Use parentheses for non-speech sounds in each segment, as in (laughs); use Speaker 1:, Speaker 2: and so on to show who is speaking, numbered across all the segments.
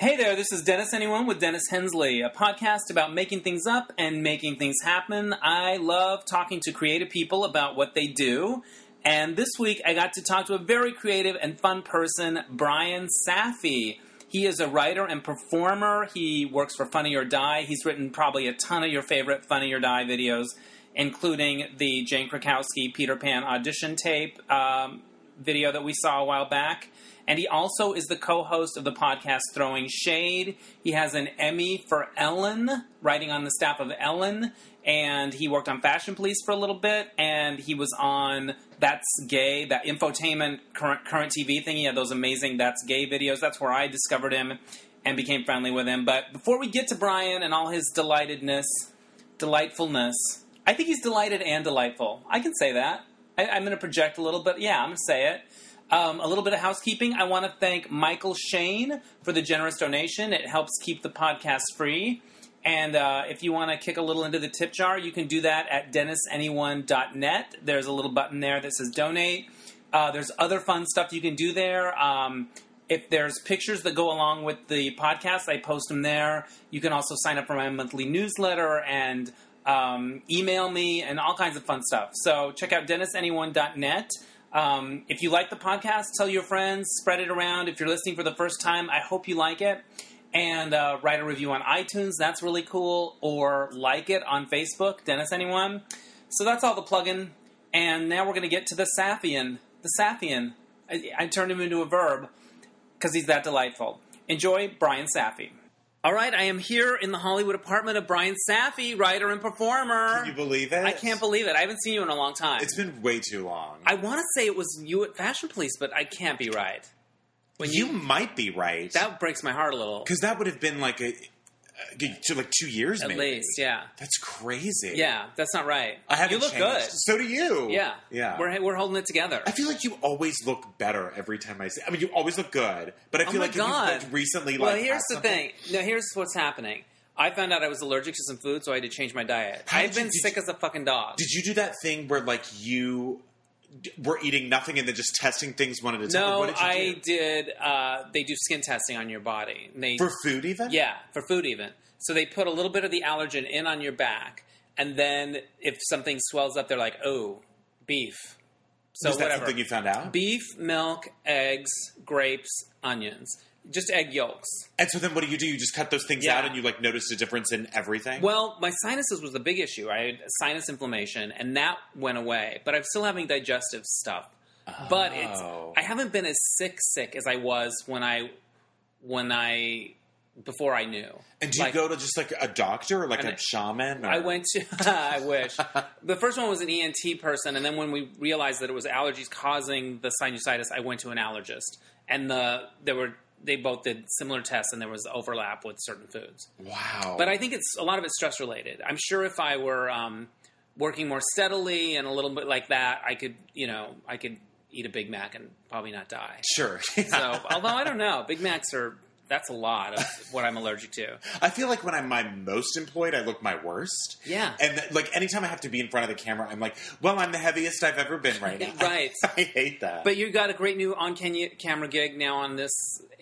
Speaker 1: Hey there, this is Dennis Anyone with Dennis Hensley, a podcast about making things up and making things happen. I love talking to creative people about what they do. And this week I got to talk to a very creative and fun person, Brian Safi. He is a writer and performer. He works for Funny or Die. He's written probably a ton of your favorite Funny or Die videos, including the Jane Krakowski Peter Pan audition tape um, video that we saw a while back. And he also is the co host of the podcast Throwing Shade. He has an Emmy for Ellen, writing on the staff of Ellen. And he worked on Fashion Police for a little bit. And he was on That's Gay, that infotainment current, current TV thing. He had those amazing That's Gay videos. That's where I discovered him and became friendly with him. But before we get to Brian and all his delightedness, delightfulness, I think he's delighted and delightful. I can say that. I, I'm going to project a little, but yeah, I'm going to say it. Um, a little bit of housekeeping. I want to thank Michael Shane for the generous donation. It helps keep the podcast free. And uh, if you want to kick a little into the tip jar, you can do that at DennisAnyone.net. There's a little button there that says donate. Uh, there's other fun stuff you can do there. Um, if there's pictures that go along with the podcast, I post them there. You can also sign up for my monthly newsletter and um, email me and all kinds of fun stuff. So check out DennisAnyone.net. Um, if you like the podcast, tell your friends, spread it around. If you're listening for the first time, I hope you like it. And uh, write a review on iTunes, that's really cool. Or like it on Facebook, Dennis Anyone. So that's all the plugging. And now we're going to get to the Saphian. The Saphian. I, I turned him into a verb because he's that delightful. Enjoy Brian Safi. All right, I am here in the Hollywood apartment of Brian Safi, writer and performer.
Speaker 2: Can you believe it?
Speaker 1: I can't believe it. I haven't seen you in a long time.
Speaker 2: It's been way too long.
Speaker 1: I want to say it was you at Fashion Police, but I can't be right. When
Speaker 2: you
Speaker 1: you,
Speaker 2: might be right.
Speaker 1: that breaks my heart a little.
Speaker 2: Because that would have been like a, to like two years
Speaker 1: At
Speaker 2: maybe.
Speaker 1: least, yeah,
Speaker 2: That's crazy.
Speaker 1: yeah, that's not right.
Speaker 2: I haven't
Speaker 1: you look
Speaker 2: changed.
Speaker 1: good.
Speaker 2: So do you.
Speaker 1: Yeah,
Speaker 2: Yeah.
Speaker 1: We're we're holding it together.
Speaker 2: I feel like you always look better every time I see. I mean, you always look good, but I feel
Speaker 1: Oh my
Speaker 2: like if you've,
Speaker 1: God.
Speaker 2: like, recently.
Speaker 1: well,
Speaker 2: like,
Speaker 1: here's
Speaker 2: had
Speaker 1: the
Speaker 2: something-
Speaker 1: thing. No, here's what's happening. I found out I was allergic to some food, so I had to change my diet.
Speaker 2: How
Speaker 1: I've
Speaker 2: did you-
Speaker 1: been
Speaker 2: did
Speaker 1: sick
Speaker 2: you-
Speaker 1: as a fucking dog.
Speaker 2: Did you do that thing where like you d- were eating nothing and then just testing things one at a time?
Speaker 1: no,
Speaker 2: What did you
Speaker 1: I
Speaker 2: do?
Speaker 1: did. Uh, they do skin testing on your body. And they
Speaker 2: for food even.
Speaker 1: Yeah, for food even. So they put a little bit of the allergen in on your back, and then if something swells up, they're like, "Oh, beef." So
Speaker 2: Was that
Speaker 1: whatever.
Speaker 2: something you found out?
Speaker 1: beef, milk, eggs, grapes, onions, just egg yolks.
Speaker 2: and so then what do you do? You just cut those things
Speaker 1: Yeah.
Speaker 2: out and you like noticed a difference in everything.
Speaker 1: Well, my sinuses was the big issue. I had sinus inflammation, and that went away, but I'm still having digestive stuff. But it's
Speaker 2: Oh.
Speaker 1: I haven't been as sick sick as I was when I when I before I knew.
Speaker 2: And do you
Speaker 1: Like-
Speaker 2: go to just like a doctor or like
Speaker 1: And
Speaker 2: a shaman? Or?
Speaker 1: I went to. (laughs) I wish the first one was an ENT person, and then when we realized that it was allergies causing the sinusitis, I went to an allergist, and the there were they both did similar tests, and there was overlap with certain foods.
Speaker 2: Wow.
Speaker 1: But I think it's a lot of it's stress related. I'm sure if I were um, working more steadily and a little bit like that, I could you know I could eat a Big Mac and probably not die.
Speaker 2: sure. (laughs)
Speaker 1: So although I don't know, Big Macs are that's a lot of what I'm allergic to.
Speaker 2: I feel like when I'm my most employed, I look my worst.
Speaker 1: Yeah.
Speaker 2: And th- like anytime I have to be in front of the camera, I'm like, well, I'm the heaviest I've ever been right now.
Speaker 1: (laughs) Right.
Speaker 2: (laughs) I hate that.
Speaker 1: But you got a great new on cam- camera gig now on this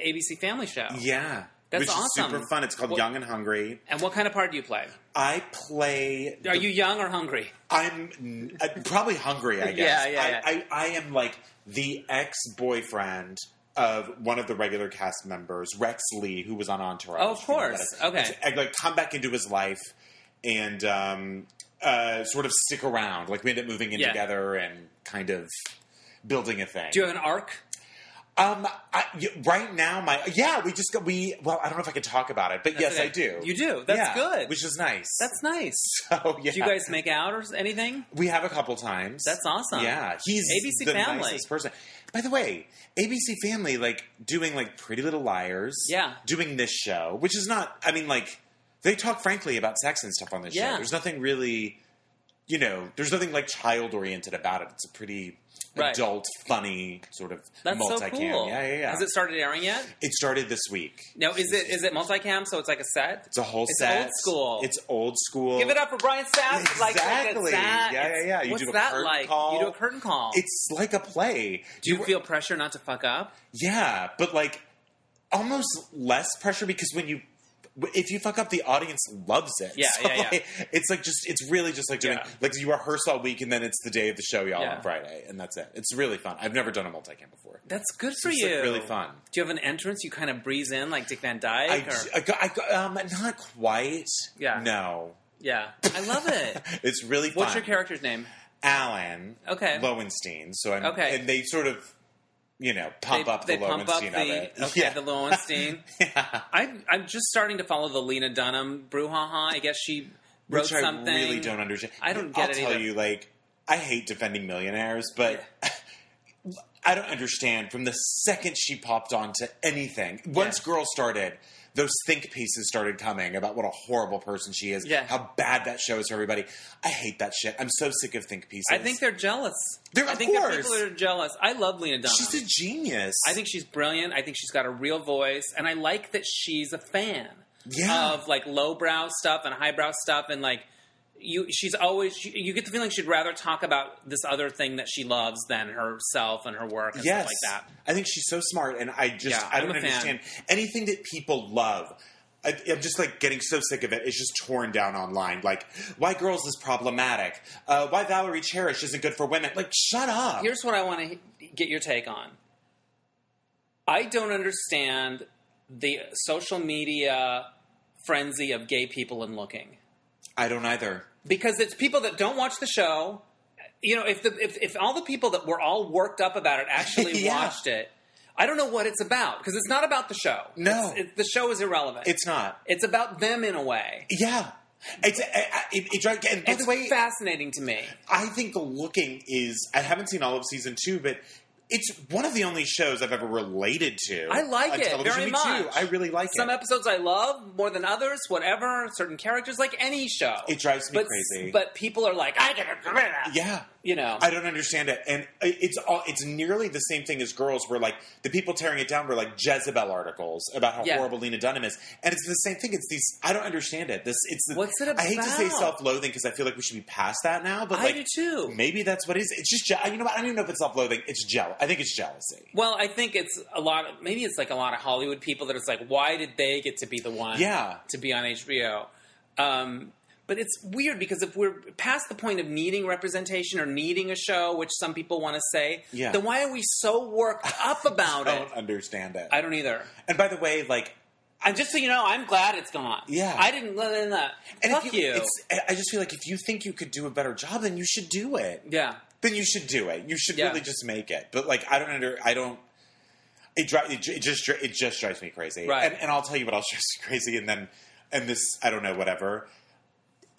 Speaker 1: ABC Family show.
Speaker 2: yeah.
Speaker 1: That's
Speaker 2: Which is
Speaker 1: awesome.
Speaker 2: super fun. It's called
Speaker 1: What-
Speaker 2: Young and Hungry.
Speaker 1: And what kind of part do you play?
Speaker 2: I play.
Speaker 1: Are you young or hungry?
Speaker 2: I'm n- uh, probably hungry. I
Speaker 1: (laughs)
Speaker 2: guess.
Speaker 1: Yeah, yeah, yeah.
Speaker 2: I, I, I am like the ex-boyfriend of one of the regular cast members, Rex Lee, who was on Entourage.
Speaker 1: Oh, of
Speaker 2: You know that
Speaker 1: course.
Speaker 2: is-
Speaker 1: Okay.
Speaker 2: I, like come back into his life and um, uh, sort of stick around. Like we end up moving in
Speaker 1: Yeah.
Speaker 2: together and kind of building a thing.
Speaker 1: Do you have an arc?
Speaker 2: um, I y right now, my yeah, we just got we. Well, I don't know if I can talk about it, but
Speaker 1: That's
Speaker 2: yes,
Speaker 1: okay.
Speaker 2: I do.
Speaker 1: You do. That's
Speaker 2: Yeah,
Speaker 1: good.
Speaker 2: which is nice.
Speaker 1: That's nice.
Speaker 2: (laughs) oh yeah.
Speaker 1: Do you guys make out or s- anything?
Speaker 2: We have a couple times.
Speaker 1: That's awesome.
Speaker 2: Yeah, he's
Speaker 1: ABC
Speaker 2: the
Speaker 1: Family.
Speaker 2: nicest person. By the way, ABC Family, like doing like Pretty Little Liars.
Speaker 1: Yeah.
Speaker 2: doing this show, which is not. I mean, like they talk frankly about sex and stuff on this
Speaker 1: Yeah.
Speaker 2: show. There's nothing really, you know, there's nothing like child oriented about it. It's a pretty
Speaker 1: Right.
Speaker 2: adult, funny sort of
Speaker 1: That's so
Speaker 2: multicam.
Speaker 1: cool.
Speaker 2: Yeah, yeah, yeah.
Speaker 1: Has it started airing yet?
Speaker 2: It started this week.
Speaker 1: No. Is it is it multicam? So it's like a set.
Speaker 2: It's a whole
Speaker 1: It's
Speaker 2: set.
Speaker 1: old school.
Speaker 2: It's old school.
Speaker 1: Give it up for Brian Sass. Like,
Speaker 2: Exactly.
Speaker 1: like that.
Speaker 2: Yeah, yeah, yeah. You
Speaker 1: What's
Speaker 2: do a
Speaker 1: that
Speaker 2: curtain
Speaker 1: like? You
Speaker 2: call.
Speaker 1: do a curtain call.
Speaker 2: It's like a play.
Speaker 1: do you feel pressure not to fuck up?
Speaker 2: Yeah, but like almost less pressure because when you if you fuck up, the audience loves it.
Speaker 1: Yeah,
Speaker 2: (laughs) So,
Speaker 1: yeah, yeah.
Speaker 2: like, it's like just it's really just like doing
Speaker 1: Yeah.
Speaker 2: like you rehearse all week and then it's the day of the show, y'all,
Speaker 1: Yeah.
Speaker 2: on Friday, and that's it. It's really fun. I've never done a multicam before.
Speaker 1: That's good for
Speaker 2: It's,
Speaker 1: you.
Speaker 2: like, really fun.
Speaker 1: Do you have an entrance you kind of breeze in like Dick Van Dyke?
Speaker 2: I,
Speaker 1: or,
Speaker 2: I, got- I, got- um, not quite.
Speaker 1: Yeah.
Speaker 2: No.
Speaker 1: yeah, I love it.
Speaker 2: It's really
Speaker 1: (laughs)
Speaker 2: fun.
Speaker 1: What's your character's name?
Speaker 2: Alan.
Speaker 1: Okay.
Speaker 2: Lowenstein. So I'm
Speaker 1: Okay.
Speaker 2: and they sort of, you know, pump
Speaker 1: they
Speaker 2: up
Speaker 1: they
Speaker 2: the
Speaker 1: pump up
Speaker 2: Lowenstein of
Speaker 1: the
Speaker 2: it.
Speaker 1: okay,
Speaker 2: (laughs) yeah.
Speaker 1: the Lowenstein.
Speaker 2: (laughs) yeah.
Speaker 1: I, I'm just starting to follow the Lena Dunham brouhaha. I guess she wrote
Speaker 2: Which I
Speaker 1: something.
Speaker 2: really don't understand.
Speaker 1: I don't
Speaker 2: I'll
Speaker 1: get it
Speaker 2: tell
Speaker 1: either.
Speaker 2: you, like, I hate defending millionaires, but I don't understand. From the second she popped onto anything, once
Speaker 1: Yeah.
Speaker 2: Girl started, those think pieces started coming about what a horrible person she is,
Speaker 1: Yeah.
Speaker 2: how bad that show is for everybody. I hate that shit. I'm so sick of think pieces.
Speaker 1: I think they're jealous.
Speaker 2: They're-
Speaker 1: I
Speaker 2: of
Speaker 1: think there are
Speaker 2: course.
Speaker 1: people that are jealous. I love Lena Dunham.
Speaker 2: she's a genius.
Speaker 1: I think she's brilliant. I think she's got a real voice, and I like that she's a fan
Speaker 2: Yeah.
Speaker 1: of like lowbrow stuff and highbrow stuff, and like you, she's always she, you get the feeling she'd rather talk about this other thing that she loves than herself and her work and
Speaker 2: yes,
Speaker 1: stuff like that.
Speaker 2: I think she's so smart, and I just
Speaker 1: Yeah,
Speaker 2: I
Speaker 1: I'm
Speaker 2: don't
Speaker 1: a fan.
Speaker 2: understand anything that people love. I, I'm just like getting so sick of it. It's just torn down online. Like, why girls is problematic. Uh, why Valerie Cherish isn't good for women. Like, shut up.
Speaker 1: Here's what I want to get your take on. I don't understand the social media frenzy of gay people and looking.
Speaker 2: I don't either.
Speaker 1: because it's people that don't watch the show. You know, if the if, if all the people that were all worked up about it actually
Speaker 2: (laughs) Yeah.
Speaker 1: watched it, I don't know what it's about because it's not about the show.
Speaker 2: No.
Speaker 1: It's- it- the show is irrelevant.
Speaker 2: It's not.
Speaker 1: it's about them in a way.
Speaker 2: Yeah. It's, I, I, it, it, drives- and by
Speaker 1: it's
Speaker 2: the way,
Speaker 1: fascinating to me.
Speaker 2: I think looking is. I haven't seen all of season two, but it's one of the only shows I've ever related to.
Speaker 1: I like
Speaker 2: on
Speaker 1: it
Speaker 2: television.
Speaker 1: very
Speaker 2: Me too.
Speaker 1: much.
Speaker 2: I really like
Speaker 1: Some
Speaker 2: it.
Speaker 1: episodes I love more than others. Whatever, certain characters like any show.
Speaker 2: It drives me
Speaker 1: but,
Speaker 2: crazy.
Speaker 1: But people are like, I gotta get rid of that.
Speaker 2: yeah.
Speaker 1: You know,
Speaker 2: I don't understand it, and i- it's all, it's nearly the same thing as girls. Where like the people tearing it down were like Jezebel articles about how
Speaker 1: Yeah.
Speaker 2: horrible Lena Dunham is, and it's the same thing. It's these I don't understand it. This it's the,
Speaker 1: What's it
Speaker 2: I hate to say
Speaker 1: about?
Speaker 2: self-loathing because I feel like we should be past that now, but
Speaker 1: I
Speaker 2: like
Speaker 1: do too.
Speaker 2: maybe that's what it is. It's just je- you know what? I don't even know if it's self-loathing. It's jealous. I think it's jealousy.
Speaker 1: Well, I think it's a lot. Of, maybe it's like a lot of Hollywood people that it's like, why did they get to be the one?
Speaker 2: Yeah.
Speaker 1: to be on HBO. Um, but it's weird because if we're past the point of needing representation or needing a show, which some people want to say,
Speaker 2: Yeah.
Speaker 1: then why are we so worked up about
Speaker 2: (laughs) I
Speaker 1: it?
Speaker 2: don't understand it.
Speaker 1: I don't either.
Speaker 2: and by the way, like
Speaker 1: And just so you know, I'm glad it's gone.
Speaker 2: Yeah.
Speaker 1: I didn't. Blah, blah, blah.
Speaker 2: and if
Speaker 1: Fuck you.
Speaker 2: It's, I- I just feel like if you think you could do a better job, then you should do it.
Speaker 1: yeah.
Speaker 2: then you should do it. You should
Speaker 1: Yeah.
Speaker 2: really just make it. But like, I don't under, I don't. It drives. It, ju- it just. dri- It just drives me crazy.
Speaker 1: Right.
Speaker 2: And, and I'll tell you what else (laughs) drives me crazy. And then, and this, I don't know, whatever.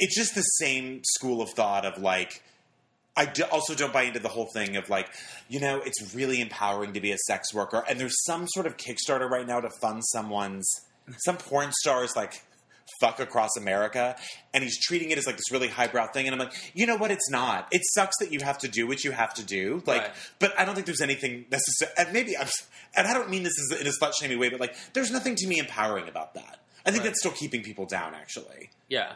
Speaker 2: It's just the same school of thought of like. I do, also don't buy into the whole thing of like, you know, it's really empowering to be a sex worker, and there's some sort of Kickstarter right now to fund someone's some porn stars like fuck across America, and he's treating it as like this really highbrow thing, and I'm like, you know what? It's not. It sucks that you have to do what you have to do, like,
Speaker 1: Right.
Speaker 2: but I don't think there's anything necessary. And maybe I'm, and I don't mean this as, in a slut shaming way, but like, there's nothing to me empowering about that. I think
Speaker 1: Right.
Speaker 2: that's still keeping people down, actually.
Speaker 1: Yeah.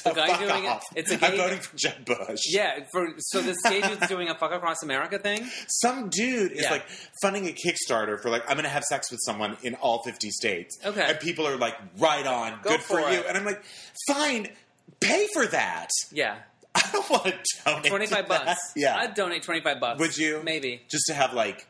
Speaker 2: So
Speaker 1: guy
Speaker 2: fuck
Speaker 1: doing it-
Speaker 2: off.
Speaker 1: it's a
Speaker 2: I'm
Speaker 1: gay-
Speaker 2: voting for Jeb Bush.
Speaker 1: Yeah. For, so this gay dude's
Speaker 2: (laughs)
Speaker 1: doing a fuck across America thing.
Speaker 2: some dude is
Speaker 1: Yeah.
Speaker 2: like funding a Kickstarter for like I'm gonna have sex with someone in all 50 states.
Speaker 1: Okay.
Speaker 2: and people are like, right on,
Speaker 1: Go
Speaker 2: good for,
Speaker 1: for
Speaker 2: you.
Speaker 1: it.
Speaker 2: And I'm like, fine, pay for that. (laughs)
Speaker 1: Yeah.
Speaker 2: I don't want to donate to
Speaker 1: Twenty five
Speaker 2: that.
Speaker 1: bucks.
Speaker 2: (laughs) Yeah,
Speaker 1: I'd donate twenty five bucks.
Speaker 2: would you?
Speaker 1: Maybe.
Speaker 2: just to have like.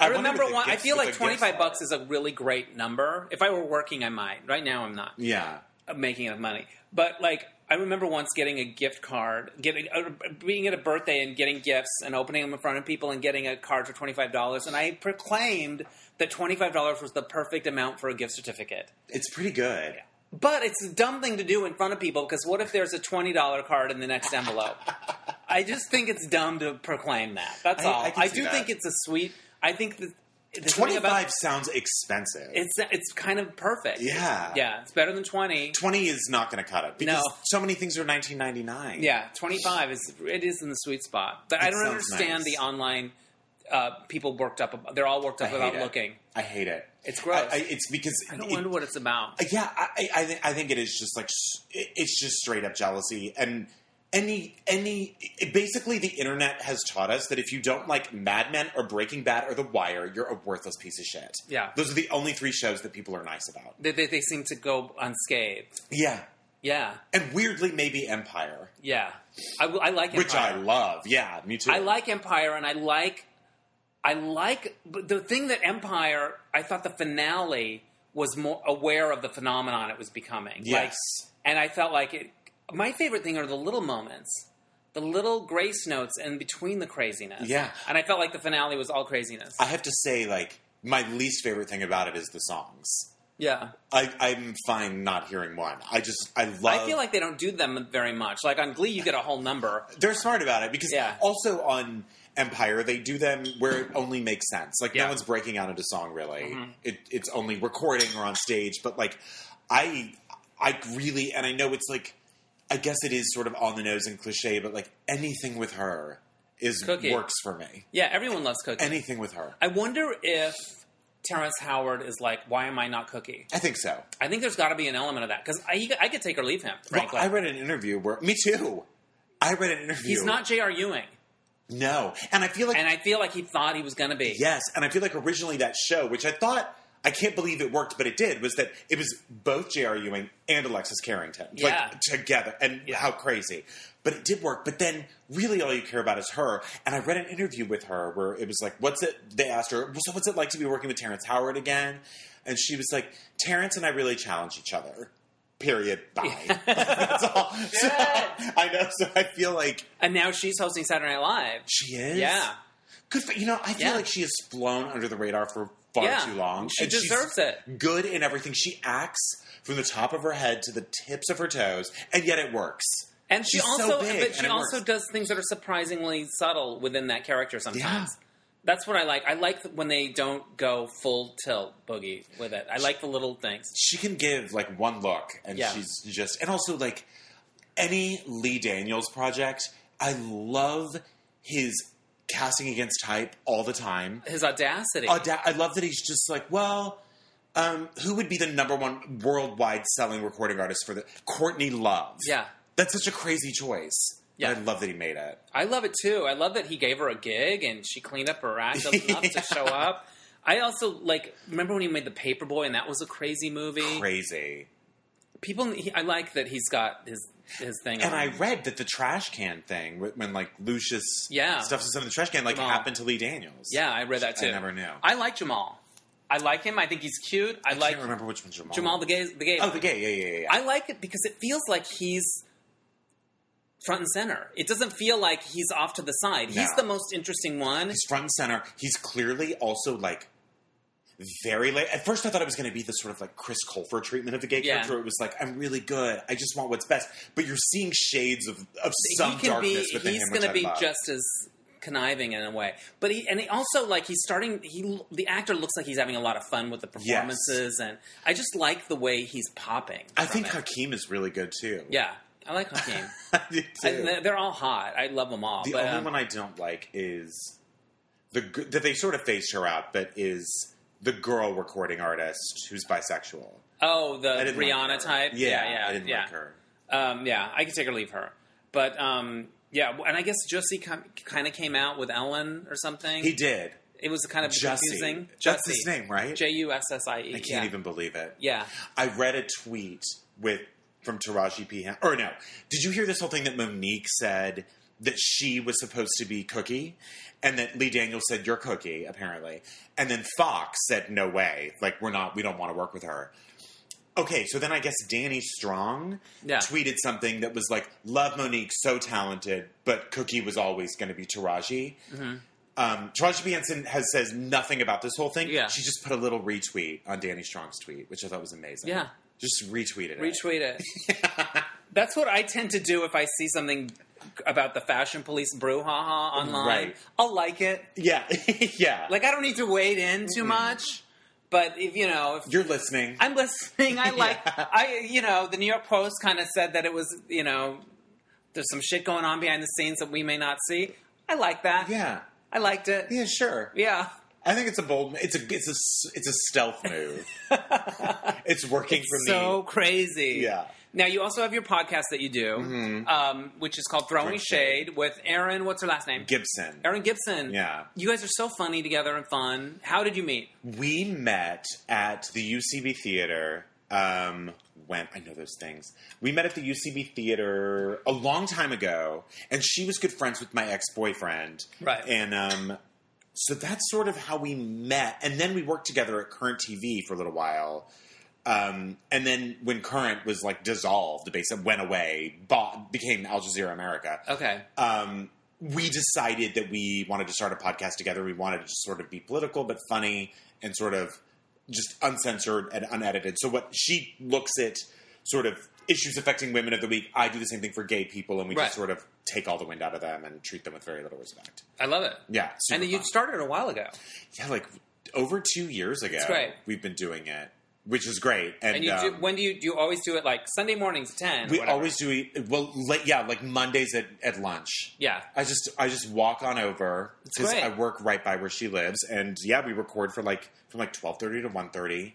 Speaker 1: I
Speaker 2: wonder
Speaker 1: remember
Speaker 2: what the
Speaker 1: one. I
Speaker 2: gifts-
Speaker 1: feel
Speaker 2: what
Speaker 1: like
Speaker 2: the
Speaker 1: twenty
Speaker 2: gifts
Speaker 1: five
Speaker 2: are.
Speaker 1: bucks is a really great number. If I were working, I might. Right now, I'm not
Speaker 2: Yeah,
Speaker 1: uh, making enough money. But like, I remember once getting a gift card, getting uh, being at a birthday and getting gifts and opening them in front of people and getting a card for twenty five dollars. And I proclaimed that twenty five dollars was the perfect amount for a gift certificate.
Speaker 2: it's pretty good.
Speaker 1: But it's a dumb thing to do in front of people because what if there's a twenty dollar card in the next
Speaker 2: (laughs)
Speaker 1: envelope? I just think it's dumb to proclaim that. That's
Speaker 2: I-
Speaker 1: all.
Speaker 2: I
Speaker 1: I,
Speaker 2: can see
Speaker 1: do
Speaker 2: that.
Speaker 1: think it's a sweet. I think that there's something
Speaker 2: 25
Speaker 1: about-
Speaker 2: sounds expensive.
Speaker 1: It's it's kind of perfect.
Speaker 2: Yeah.
Speaker 1: yeah, it's better than twenty.
Speaker 2: 20 is not going to cut it because
Speaker 1: No.
Speaker 2: so many things are 19.99.
Speaker 1: Yeah, twenty five is it is in the sweet spot. But I
Speaker 2: It
Speaker 1: don't
Speaker 2: sounds
Speaker 1: understand
Speaker 2: nice.
Speaker 1: the online uh, people worked up. ab- They're all worked
Speaker 2: I
Speaker 1: up
Speaker 2: hate
Speaker 1: about
Speaker 2: it.
Speaker 1: looking.
Speaker 2: I hate it.
Speaker 1: It's gross.
Speaker 2: I, I, it's because
Speaker 1: I don't
Speaker 2: it-
Speaker 1: wonder what it's about.
Speaker 2: yeah, I, I, I think I think it is just like s- it- it's just straight up jealousy, and any any it- basically the internet has taught us that if you don't like Mad Men or Breaking Bad or The Wire, you're a worthless piece of shit.
Speaker 1: Yeah.
Speaker 2: Those are the only three shows that people are nice about.
Speaker 1: They, they, they seem to go unscathed.
Speaker 2: Yeah.
Speaker 1: Yeah,
Speaker 2: And weirdly maybe Empire,
Speaker 1: yeah. I, will- I like
Speaker 2: which I
Speaker 1: Empire.
Speaker 2: love. Yeah, me too.
Speaker 1: I like Empire, and I like, I like. But the thing that Empire, I thought the finale was more aware of the phenomenon it was becoming. Like,
Speaker 2: Yes.
Speaker 1: and I felt like it. My favorite thing are the little moments, the little grace notes in between the craziness.
Speaker 2: Yeah.
Speaker 1: and I felt like the finale was all craziness.
Speaker 2: I have to say like my least favorite thing about it is the songs.
Speaker 1: yeah,
Speaker 2: I, I'm fine not hearing one. I just I love
Speaker 1: I feel like they don't do them very much. Like on Glee, you get a whole number.
Speaker 2: they're smart about it because
Speaker 1: Yeah.
Speaker 2: also on Empire they do them where it only makes sense. Like
Speaker 1: Yeah.
Speaker 2: no one's breaking out into song really.
Speaker 1: Mhm.
Speaker 2: It, it's only recording or on stage. But like I I really and I know it's like I guess it is sort of on the nose and cliche, but like anything with her is
Speaker 1: Cookie.
Speaker 2: works for me.
Speaker 1: Yeah, everyone loves Cookie.
Speaker 2: Anything with her.
Speaker 1: I wonder if Terrence Howard is like, why am I not Cookie?
Speaker 2: I think so.
Speaker 1: I think there's got to be an element of that because I, he- I could take or leave him.
Speaker 2: Well,
Speaker 1: Frankly,
Speaker 2: I read an interview where me too. I read an interview.
Speaker 1: he's not J.R. Ewing,
Speaker 2: no, and I feel like
Speaker 1: and I feel like he thought he was going to be.
Speaker 2: Yes, and I feel like originally that show, which I thought I can't believe it worked, but it did, was that it was both J.R. Ewing and Alexis Carrington,
Speaker 1: Yeah.
Speaker 2: like together, and
Speaker 1: Yeah.
Speaker 2: how crazy. But it did work. But then, really, all you care about is her. And I read an interview with her where it was like, "What's it?" They asked her, "So what's it like to be working with Terrence Howard again?" And she was like, "Terrence and I really challenge each other." Period. Bye.
Speaker 1: (laughs)
Speaker 2: (laughs) That's all. So,
Speaker 1: Yes.
Speaker 2: (laughs) I know. So I feel like
Speaker 1: And now she's hosting Saturday Night Live.
Speaker 2: she is.
Speaker 1: Yeah,
Speaker 2: Good for you know. I feel
Speaker 1: Yeah.
Speaker 2: like she has flown under the radar for far
Speaker 1: Yeah.
Speaker 2: too long.
Speaker 1: She
Speaker 2: she's
Speaker 1: deserves it.
Speaker 2: Good in everything she acts from the top of her head to the tips of her toes, and yet it works.
Speaker 1: and she
Speaker 2: She's so
Speaker 1: also,
Speaker 2: big,
Speaker 1: but she
Speaker 2: and it
Speaker 1: also
Speaker 2: works.
Speaker 1: does things that are surprisingly subtle within that character sometimes. That's what I like. I like when they don't go full tilt boogie with it. I like the little things.
Speaker 2: She can give like one look, and
Speaker 1: Yeah.
Speaker 2: she's just. And also like any Lee Daniels project, I love his casting against type all the time.
Speaker 1: His audacity.
Speaker 2: Auda- I love that he's just like, well, um, who would be the number one worldwide selling recording artist for the Courtney Love?
Speaker 1: yeah,
Speaker 2: That's such a crazy choice.
Speaker 1: Yeah.
Speaker 2: But I love that he made it.
Speaker 1: I love it too. I love that he gave her a gig and she cleaned up her
Speaker 2: (laughs)
Speaker 1: act enough to show up. I also like remember when he made the Paperboy and that was a crazy movie.
Speaker 2: Crazy.
Speaker 1: People, he, I like that he's got his his thing.
Speaker 2: And
Speaker 1: on.
Speaker 2: I read that the trash can thing, wh- when like Lucius
Speaker 1: Yeah.
Speaker 2: stuffs his son in the trash can, like
Speaker 1: Jamal.
Speaker 2: happened to Lee Daniels.
Speaker 1: yeah, I read that too.
Speaker 2: I never knew. I,
Speaker 1: I like Jamal. I like him. I think he's cute. I, like
Speaker 2: can't remember which one Jamal.
Speaker 1: Jamal the gay. The gay.
Speaker 2: Oh, the gay. Yeah, yeah, yeah. yeah.
Speaker 1: I like it because it feels like he's front and center. It doesn't feel like he's off to the side.
Speaker 2: No.
Speaker 1: He's the most interesting one.
Speaker 2: He's front and center. He's clearly also like very late. At first, I thought it was going to be the sort of like Chris Colfer treatment of the gay
Speaker 1: Yeah.
Speaker 2: character. Where it was like, I'm really good. I just want what's best. But you're seeing shades of, of some
Speaker 1: he can be
Speaker 2: darkness within
Speaker 1: he's
Speaker 2: him.
Speaker 1: going to
Speaker 2: which I
Speaker 1: be
Speaker 2: love.
Speaker 1: just as conniving in a way but he and he also like he's starting he the actor looks like he's having a lot of fun with the performances and i just like the way he's popping
Speaker 2: I
Speaker 1: from
Speaker 2: think
Speaker 1: it.
Speaker 2: Hakeem is really good too.
Speaker 1: yeah i like hakeem
Speaker 2: (laughs) I do, (laughs) too.
Speaker 1: I, they're all hot i love them all
Speaker 2: The
Speaker 1: but,
Speaker 2: only
Speaker 1: um,
Speaker 2: one I don't like is the g- that they sort of phased her out, but is the girl recording artist who's bisexual.
Speaker 1: oh the
Speaker 2: I didn't like
Speaker 1: rihanna
Speaker 2: her.
Speaker 1: type
Speaker 2: Yeah,
Speaker 1: yeah yeah
Speaker 2: I didn't
Speaker 1: yeah.
Speaker 2: like her.
Speaker 1: Um, yeah i could take or leave her but um yeah, and I guess Jussie kind of came out with Ellen or something.
Speaker 2: He did.
Speaker 1: it was kind of
Speaker 2: Jussie.
Speaker 1: confusing.
Speaker 2: That's his name, right?
Speaker 1: J U S S I E.
Speaker 2: I can't
Speaker 1: yeah.
Speaker 2: even believe it.
Speaker 1: Yeah.
Speaker 2: I read a tweet with from Taraji P. Hen- or no, did you hear this whole thing that Monique said that she was supposed to be Cookie, and that Lee Daniels said you're Cookie apparently, and then Fox said no way, like we're not, we don't want to work with her. Okay, so then I guess Danny Strong
Speaker 1: Yeah.
Speaker 2: tweeted something that was like, "Love Monique, so talented, but Cookie was always going to be Taraji." Um, Taraji P. Henson has says nothing about this whole thing.
Speaker 1: Yeah.
Speaker 2: She just put a little retweet on Danny Strong's tweet, which I thought was amazing.
Speaker 1: Yeah.
Speaker 2: Just retweeted it.
Speaker 1: Retweet it.
Speaker 2: (laughs)
Speaker 1: That's what I tend to do if I see something about the fashion police brouhaha online.
Speaker 2: Right.
Speaker 1: I'll like it.
Speaker 2: Yeah. (laughs) yeah.
Speaker 1: Like I don't need to wade in too much, but if you know, if
Speaker 2: You're listening.
Speaker 1: I'm listening,
Speaker 2: (laughs)
Speaker 1: I like
Speaker 2: Yeah.
Speaker 1: I you know, the New York Post kind of said that it was, you know, there's some shit going on behind the scenes that we may not see. I like that.
Speaker 2: yeah.
Speaker 1: I liked it.
Speaker 2: Yeah, sure.
Speaker 1: Yeah.
Speaker 2: I think it's a bold it's a it's
Speaker 1: (laughs)
Speaker 2: a s- it's a stealth move. it's working from
Speaker 1: So crazy.
Speaker 2: the Yeah. Mm-hmm.
Speaker 1: Now you also have your podcast that you do, um, which is called Throwing
Speaker 2: Throwing
Speaker 1: Shade, with Aaron. What's her last name?
Speaker 2: Gibson.
Speaker 1: Aaron Gibson.
Speaker 2: Yeah.
Speaker 1: You guys are so funny together and fun. How did you meet?
Speaker 2: We met at the UCB Theater. Um, when I know those things, we met at the UCB Theater a long time ago, and she was good friends with my ex boyfriend.
Speaker 1: Right.
Speaker 2: And um, so that's sort of how we met. And then we worked together at Current TV for a little while. Um, and then when Current was like dissolved, basically went away, bought, became Al Jazeera America
Speaker 1: Okay.
Speaker 2: um, we decided that we wanted to start a podcast together. We wanted to just sort of be political but funny and sort of just uncensored and unedited. So what she looks at sort of issues affecting women of the week. I do the same thing for gay people, and we
Speaker 1: Right.
Speaker 2: just sort of take all the wind out of them and treat them with very little respect.
Speaker 1: I love it.
Speaker 2: Yeah,
Speaker 1: and
Speaker 2: super
Speaker 1: then you
Speaker 2: fun.
Speaker 1: started a while ago,
Speaker 2: yeah, like over two years ago,
Speaker 1: great.
Speaker 2: we've been doing it, which is great. And,
Speaker 1: and you do,
Speaker 2: um,
Speaker 1: when do you do you always do it like Sunday mornings at ten? or
Speaker 2: we
Speaker 1: whatever?
Speaker 2: always do it. Well, like, yeah, like Mondays at, at lunch.
Speaker 1: yeah.
Speaker 2: I just I just walk on over because
Speaker 1: great.
Speaker 2: I work right by where she lives, and yeah, we record for like from like twelve thirty to one thirty,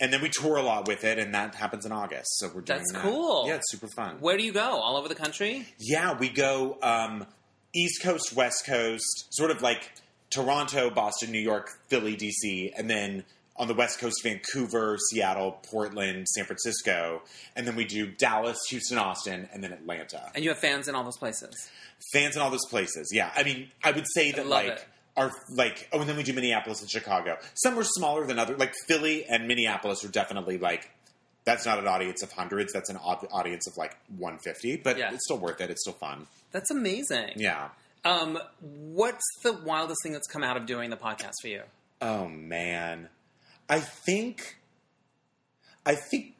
Speaker 2: and then we tour a lot with it, and that happens in August. So we're doing
Speaker 1: That's
Speaker 2: that.
Speaker 1: cool.
Speaker 2: Yeah, it's super fun.
Speaker 1: Where do you go? All over the country?
Speaker 2: yeah, we go um, East Coast, West Coast, sort of like Toronto, Boston, New York, Philly, DC, and then on the West Coast, Vancouver, Seattle, Portland, San Francisco, and then we do Dallas, Houston, Austin, and then Atlanta
Speaker 1: And you have fans in all those places.
Speaker 2: fans in all those places. Yeah, I mean, I would say that
Speaker 1: love
Speaker 2: like
Speaker 1: it.
Speaker 2: our like oh, and then we do Minneapolis and Chicago. Some are smaller than other, like Philly and Minneapolis are definitely like that's not an audience of hundreds. That's an au- audience of like 150, but
Speaker 1: Yeah.
Speaker 2: it's still worth it. It's still fun.
Speaker 1: That's amazing.
Speaker 2: Yeah.
Speaker 1: Um, what's the wildest thing that's come out of doing the podcast for you?
Speaker 2: Oh man, I think, I think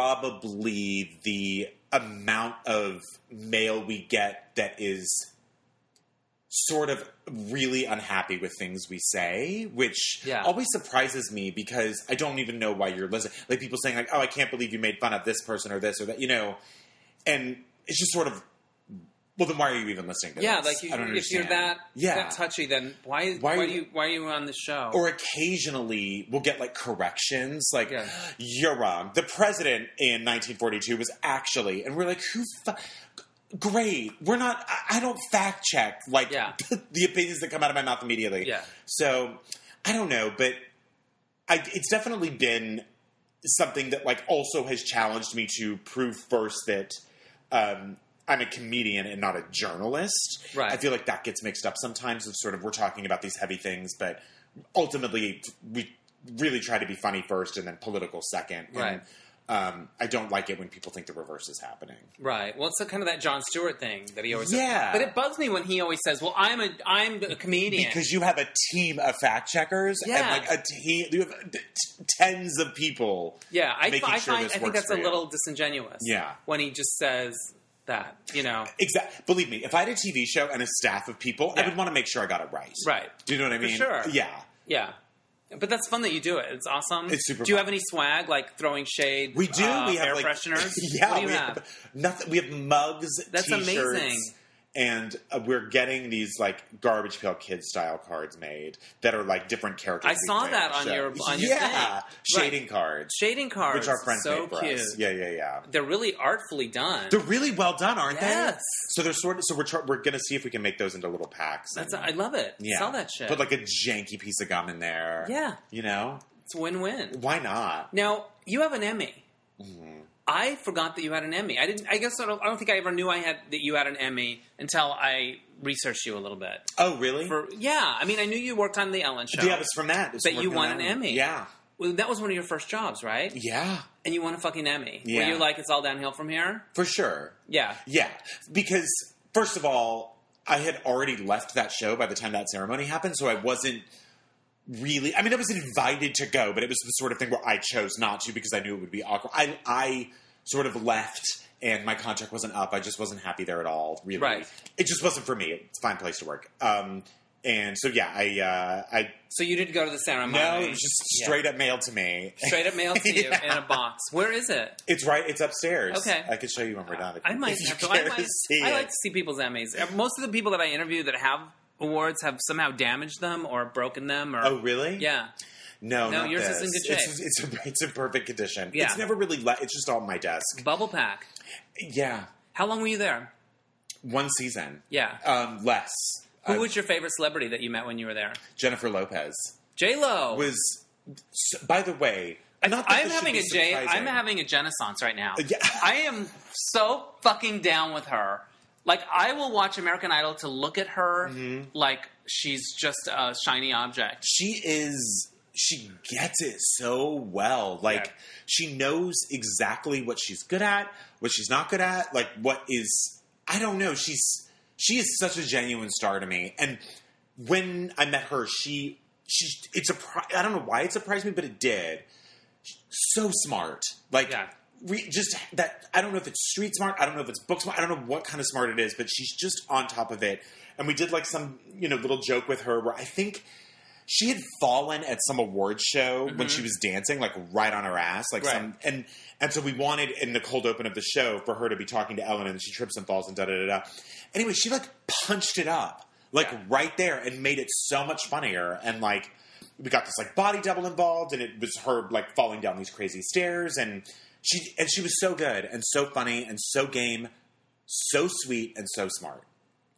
Speaker 2: probably the amount of mail we get that is sort of really unhappy with things we say, which
Speaker 1: Yeah.
Speaker 2: always surprises me because I don't even know why you're listening. Like people saying like, "Oh, I can't believe you made fun of this person or this or that," you know, and it's just sort of. Well, then why are you even listening to
Speaker 1: Yeah,
Speaker 2: this?
Speaker 1: like you,
Speaker 2: I don't
Speaker 1: if you're
Speaker 2: understand.
Speaker 1: that
Speaker 2: yeah.
Speaker 1: that touchy, then why why,
Speaker 2: Why are
Speaker 1: do
Speaker 2: you-
Speaker 1: you why are you on the show?
Speaker 2: or occasionally we'll get like corrections like
Speaker 1: Yeah.
Speaker 2: you're wrong the president in 1942 was actually and we're like who fa- great we're not I, I don't fact check like
Speaker 1: Yeah.
Speaker 2: (laughs) the, opinions that come out of my mouth immediately
Speaker 1: Yeah.
Speaker 2: so i don't know but I, it's definitely been something that like also has challenged me to prove first that um, I'm a comedian and not a journalist.
Speaker 1: Right.
Speaker 2: I feel like that gets mixed up sometimes. Of sort of we're talking about these heavy things, but ultimately we really try to be funny first and then political second.
Speaker 1: Right.
Speaker 2: And, um, I don't like it when people think the reverse is happening.
Speaker 1: right. Well, it's the- kind of that John Stewart thing that he always Says.
Speaker 2: Yeah.
Speaker 1: But it bugs me when he always says, "Well, I'm a I'm a comedian."
Speaker 2: Because you have a team of fact checkers
Speaker 1: Yeah.
Speaker 2: and like a team, you have t- tens of people.
Speaker 1: yeah, I,
Speaker 2: making
Speaker 1: I
Speaker 2: sure
Speaker 1: find
Speaker 2: this
Speaker 1: I think
Speaker 2: works
Speaker 1: that's
Speaker 2: for
Speaker 1: a
Speaker 2: you.
Speaker 1: little disingenuous.
Speaker 2: Yeah.
Speaker 1: When he just says that, you know,
Speaker 2: Exactly. Believe me, if I had a TV show and a staff of people,
Speaker 1: Yeah.
Speaker 2: I would want to make sure I got it right.
Speaker 1: Right.
Speaker 2: Do you know what I mean?
Speaker 1: sure.
Speaker 2: Yeah.
Speaker 1: yeah. But that's fun that you do it. It's awesome.
Speaker 2: It's super
Speaker 1: Do you
Speaker 2: fun.
Speaker 1: have any swag like throwing shade?
Speaker 2: We do.
Speaker 1: uh,
Speaker 2: we have
Speaker 1: air
Speaker 2: like (laughs)
Speaker 1: fresheners.
Speaker 2: yeah.
Speaker 1: What do you
Speaker 2: we
Speaker 1: have?
Speaker 2: nothing. We have mugs.
Speaker 1: That's
Speaker 2: t-shirts,
Speaker 1: amazing.
Speaker 2: And uh, we're getting these like garbage pail kid style cards made that are like different characters.
Speaker 1: I
Speaker 2: we
Speaker 1: saw
Speaker 2: play
Speaker 1: that
Speaker 2: the
Speaker 1: on
Speaker 2: show.
Speaker 1: your- on your
Speaker 2: yeah
Speaker 1: thing.
Speaker 2: shading cards,
Speaker 1: Shading cards,
Speaker 2: which our friends
Speaker 1: so
Speaker 2: made for
Speaker 1: cute.
Speaker 2: us. Yeah, yeah, yeah.
Speaker 1: They're really artfully done.
Speaker 2: They're really well done, aren't they?
Speaker 1: Yes.
Speaker 2: So they're sort of. So we're tr- we're gonna see if we can make those into little packs.
Speaker 1: That's
Speaker 2: and-
Speaker 1: I love it. Sell that shit.
Speaker 2: Put like a janky piece of gum in there.
Speaker 1: Yeah.
Speaker 2: You know?
Speaker 1: it's win win.
Speaker 2: Why not?
Speaker 1: Now you have an Emmy.
Speaker 2: Mm-hmm.
Speaker 1: I forgot that you had an Emmy. I didn't. I guess I don't, I don't think I ever knew I had that you had an Emmy until I researched you a little bit.
Speaker 2: Oh, really?
Speaker 1: For yeah, I mean, I knew you worked on the Ellen Show.
Speaker 2: yeah, it was from that. It was
Speaker 1: But
Speaker 2: from
Speaker 1: you
Speaker 2: working
Speaker 1: won
Speaker 2: on
Speaker 1: an
Speaker 2: that.
Speaker 1: Emmy.
Speaker 2: Yeah.
Speaker 1: Well, that was one of your first jobs, right?
Speaker 2: Yeah.
Speaker 1: And you won a fucking Emmy.
Speaker 2: Yeah.
Speaker 1: Were you like, it's all downhill from here?
Speaker 2: For sure.
Speaker 1: Yeah.
Speaker 2: Yeah. Because, first of all, I had already left that show by the time that ceremony happened, so I wasn't really. I mean, I was invited to go, but it was the sort of thing where I chose not to because I knew it would be awkward. I, I sort of left. And my contract wasn't up. I just wasn't happy there at all. Really,
Speaker 1: Right.
Speaker 2: it just wasn't for me. It's a fine place to work. Um, and so yeah, I uh, I
Speaker 1: So you didn't go to the ceremony.
Speaker 2: No, it was just straight up mailed to me.
Speaker 1: straight up mailed
Speaker 2: (laughs)
Speaker 1: to you in a box. Where is it?
Speaker 2: It's right. It's upstairs.
Speaker 1: Okay.
Speaker 2: I could show you when we're done. if
Speaker 1: I
Speaker 2: you-
Speaker 1: might
Speaker 2: (laughs) if you
Speaker 1: have to. I,
Speaker 2: care
Speaker 1: might,
Speaker 2: to see
Speaker 1: I
Speaker 2: it.
Speaker 1: like to see people's Emmys. Uh, Most of the people that I interview that have awards have somehow damaged them or broken them. Or
Speaker 2: Oh, really?
Speaker 1: yeah,
Speaker 2: No,
Speaker 1: No,
Speaker 2: not
Speaker 1: yours is
Speaker 2: this.
Speaker 1: in good
Speaker 2: It's, it's, a, (laughs) it's in perfect condition.
Speaker 1: Yeah.
Speaker 2: It's never really. Le- it's just on my desk.
Speaker 1: Bubble pack.
Speaker 2: Yeah,
Speaker 1: How long were you there?
Speaker 2: one season.
Speaker 1: Yeah.
Speaker 2: Um, less.
Speaker 1: Who
Speaker 2: Uh,
Speaker 1: was your favorite celebrity that you met when you were there?
Speaker 2: Jennifer Lopez
Speaker 1: J Lo.
Speaker 2: was. s- By the way, not that
Speaker 1: I'm
Speaker 2: this should
Speaker 1: having
Speaker 2: be
Speaker 1: a J. I'm
Speaker 2: surprising.
Speaker 1: having a Genaissance right now.
Speaker 2: Yeah. (laughs)
Speaker 1: I am so fucking down with her. Like I will watch American Idol to look at her
Speaker 2: Mm-hmm.
Speaker 1: like she's just a shiny object.
Speaker 2: she is she gets it so well like
Speaker 1: Yeah.
Speaker 2: she knows exactly what she's good at what she's not good at like what is i don't know she's she is such a genuine star to me and when i met her she she it's a i don't know why it surprised me but it did so smart like
Speaker 1: Yeah.
Speaker 2: re, just that i don't know if it's street smart i don't know if it's book smart i don't know what kind of smart it is but she's just on top of it and we did like some you know little joke with her where i think she had fallen at some award show when she was dancing, like right on her ass, like
Speaker 1: Mm-hmm. Right.
Speaker 2: some and and so we wanted in the cold open of the show for her to be talking to Ellen, and she trips and falls and da da da da. Anyway, she like punched it up like
Speaker 1: Yeah.
Speaker 2: right there and made it so much funnier and like we got this like body double involved and it was her like falling down these crazy stairs and she and she was so good and so funny and so game so sweet and so smart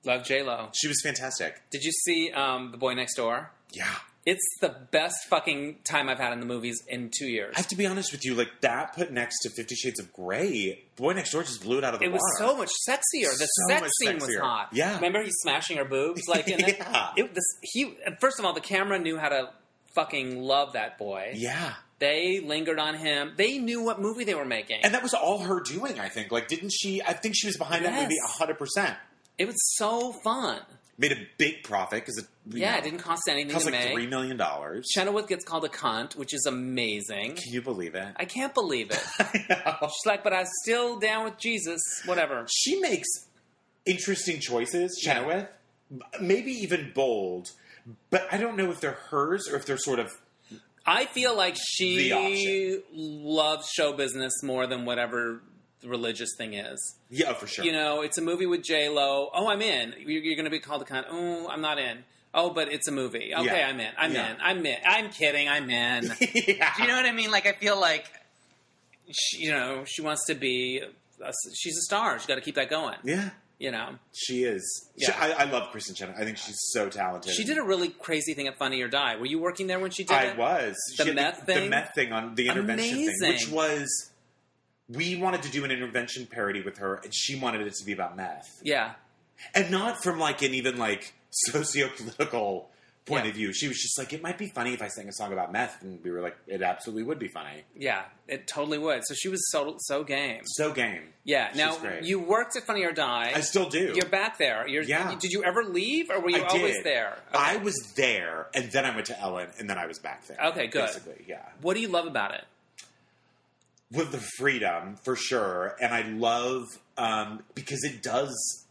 Speaker 1: Love J Lo.
Speaker 2: she was fantastic
Speaker 1: Did you see um, the Boy Next Door?
Speaker 2: yeah
Speaker 1: It's the best fucking time I've had in the movies in two years.
Speaker 2: I have to be honest with you, like that put next to Fifty Shades of Grey, Boy Next Door just blew it out of the
Speaker 1: it
Speaker 2: water.
Speaker 1: was so much sexier. The
Speaker 2: So
Speaker 1: sex
Speaker 2: much
Speaker 1: scene was
Speaker 2: sexier.
Speaker 1: hot.
Speaker 2: Yeah.
Speaker 1: remember he's smashing her boobs
Speaker 2: (laughs)
Speaker 1: like in it.
Speaker 2: Yeah.
Speaker 1: it this, he first of all the camera knew how to fucking love that boy.
Speaker 2: yeah,
Speaker 1: They lingered on him. They knew what movie they were making.
Speaker 2: and that was all her doing. I think. Like, didn't she? I think she was behind that
Speaker 1: Yes.
Speaker 2: movie hundred percent.
Speaker 1: it was so fun.
Speaker 2: Made a big profit because it. you
Speaker 1: Yeah,
Speaker 2: know,
Speaker 1: it didn't cost anything
Speaker 2: cost
Speaker 1: to
Speaker 2: like
Speaker 1: make.
Speaker 2: three million dollars.
Speaker 1: Chenoweth gets called a cunt, which is amazing.
Speaker 2: Can you believe it?
Speaker 1: I can't believe it.
Speaker 2: (laughs) I know.
Speaker 1: She's like, but I'm still down with Jesus. Whatever.
Speaker 2: she makes interesting choices, Chenoweth. Maybe even bold, but I don't know if they're hers or if they're sort of
Speaker 1: I feel like
Speaker 2: The
Speaker 1: she
Speaker 2: option.
Speaker 1: loves show business more than whatever the religious thing is.
Speaker 2: yeah oh, for sure.
Speaker 1: You know, it's a movie with J Lo. Oh, I'm in. You're, you're going to be called a cunt. Oh, I'm not in. Oh, but it's a movie. Okay,
Speaker 2: Yeah.
Speaker 1: I'm in. I'm
Speaker 2: Yeah.
Speaker 1: in. I'm in. I'm kidding. I'm in.
Speaker 2: (laughs) yeah.
Speaker 1: Do you know what I mean? Like, I feel like, she, you know, she wants to be. A, she's a star. She's got to keep that going.
Speaker 2: yeah.
Speaker 1: You know,
Speaker 2: She is. She-
Speaker 1: Yeah.
Speaker 2: I, I love Kristen Chenoweth. I think she's so talented.
Speaker 1: she did a really crazy thing at Funny or Die. Were you working there when she did
Speaker 2: I
Speaker 1: it?
Speaker 2: was
Speaker 1: The
Speaker 2: She had
Speaker 1: meth
Speaker 2: The
Speaker 1: thing?
Speaker 2: meth thing on the intervention
Speaker 1: Amazing.
Speaker 2: thing, which was we wanted to do an intervention parody with her, and she wanted it to be about meth,
Speaker 1: Yeah,
Speaker 2: and not from like an even like socio-political point
Speaker 1: Yeah.
Speaker 2: of view. She was just like, it might be funny if I sang a song about meth, and we were like, it absolutely would be funny.
Speaker 1: yeah, it totally would. So she was so so game.
Speaker 2: So game.
Speaker 1: Yeah.
Speaker 2: She's
Speaker 1: Now
Speaker 2: great.
Speaker 1: you worked at Funny or Die.
Speaker 2: I still do.
Speaker 1: You're back there. You're,
Speaker 2: Yeah.
Speaker 1: Did you ever leave, or were you
Speaker 2: I did.
Speaker 1: always there?
Speaker 2: I was there, and then I went to Ellen, and then I was back there.
Speaker 1: Okay, good.
Speaker 2: Basically, yeah.
Speaker 1: What do you love about it?
Speaker 2: with the freedom for sure and i love um, because it does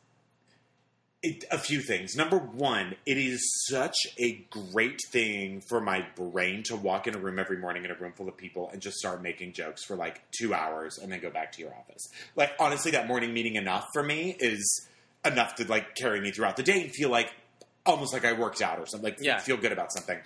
Speaker 2: it, a few things number one it is such a great thing for my brain to walk in a room every morning in a room full of people and just start making jokes for like two hours and then go back to your office like honestly that morning meeting enough for me is enough to like carry me throughout the day and feel like almost like i worked out or something like
Speaker 1: Yeah.
Speaker 2: feel good about something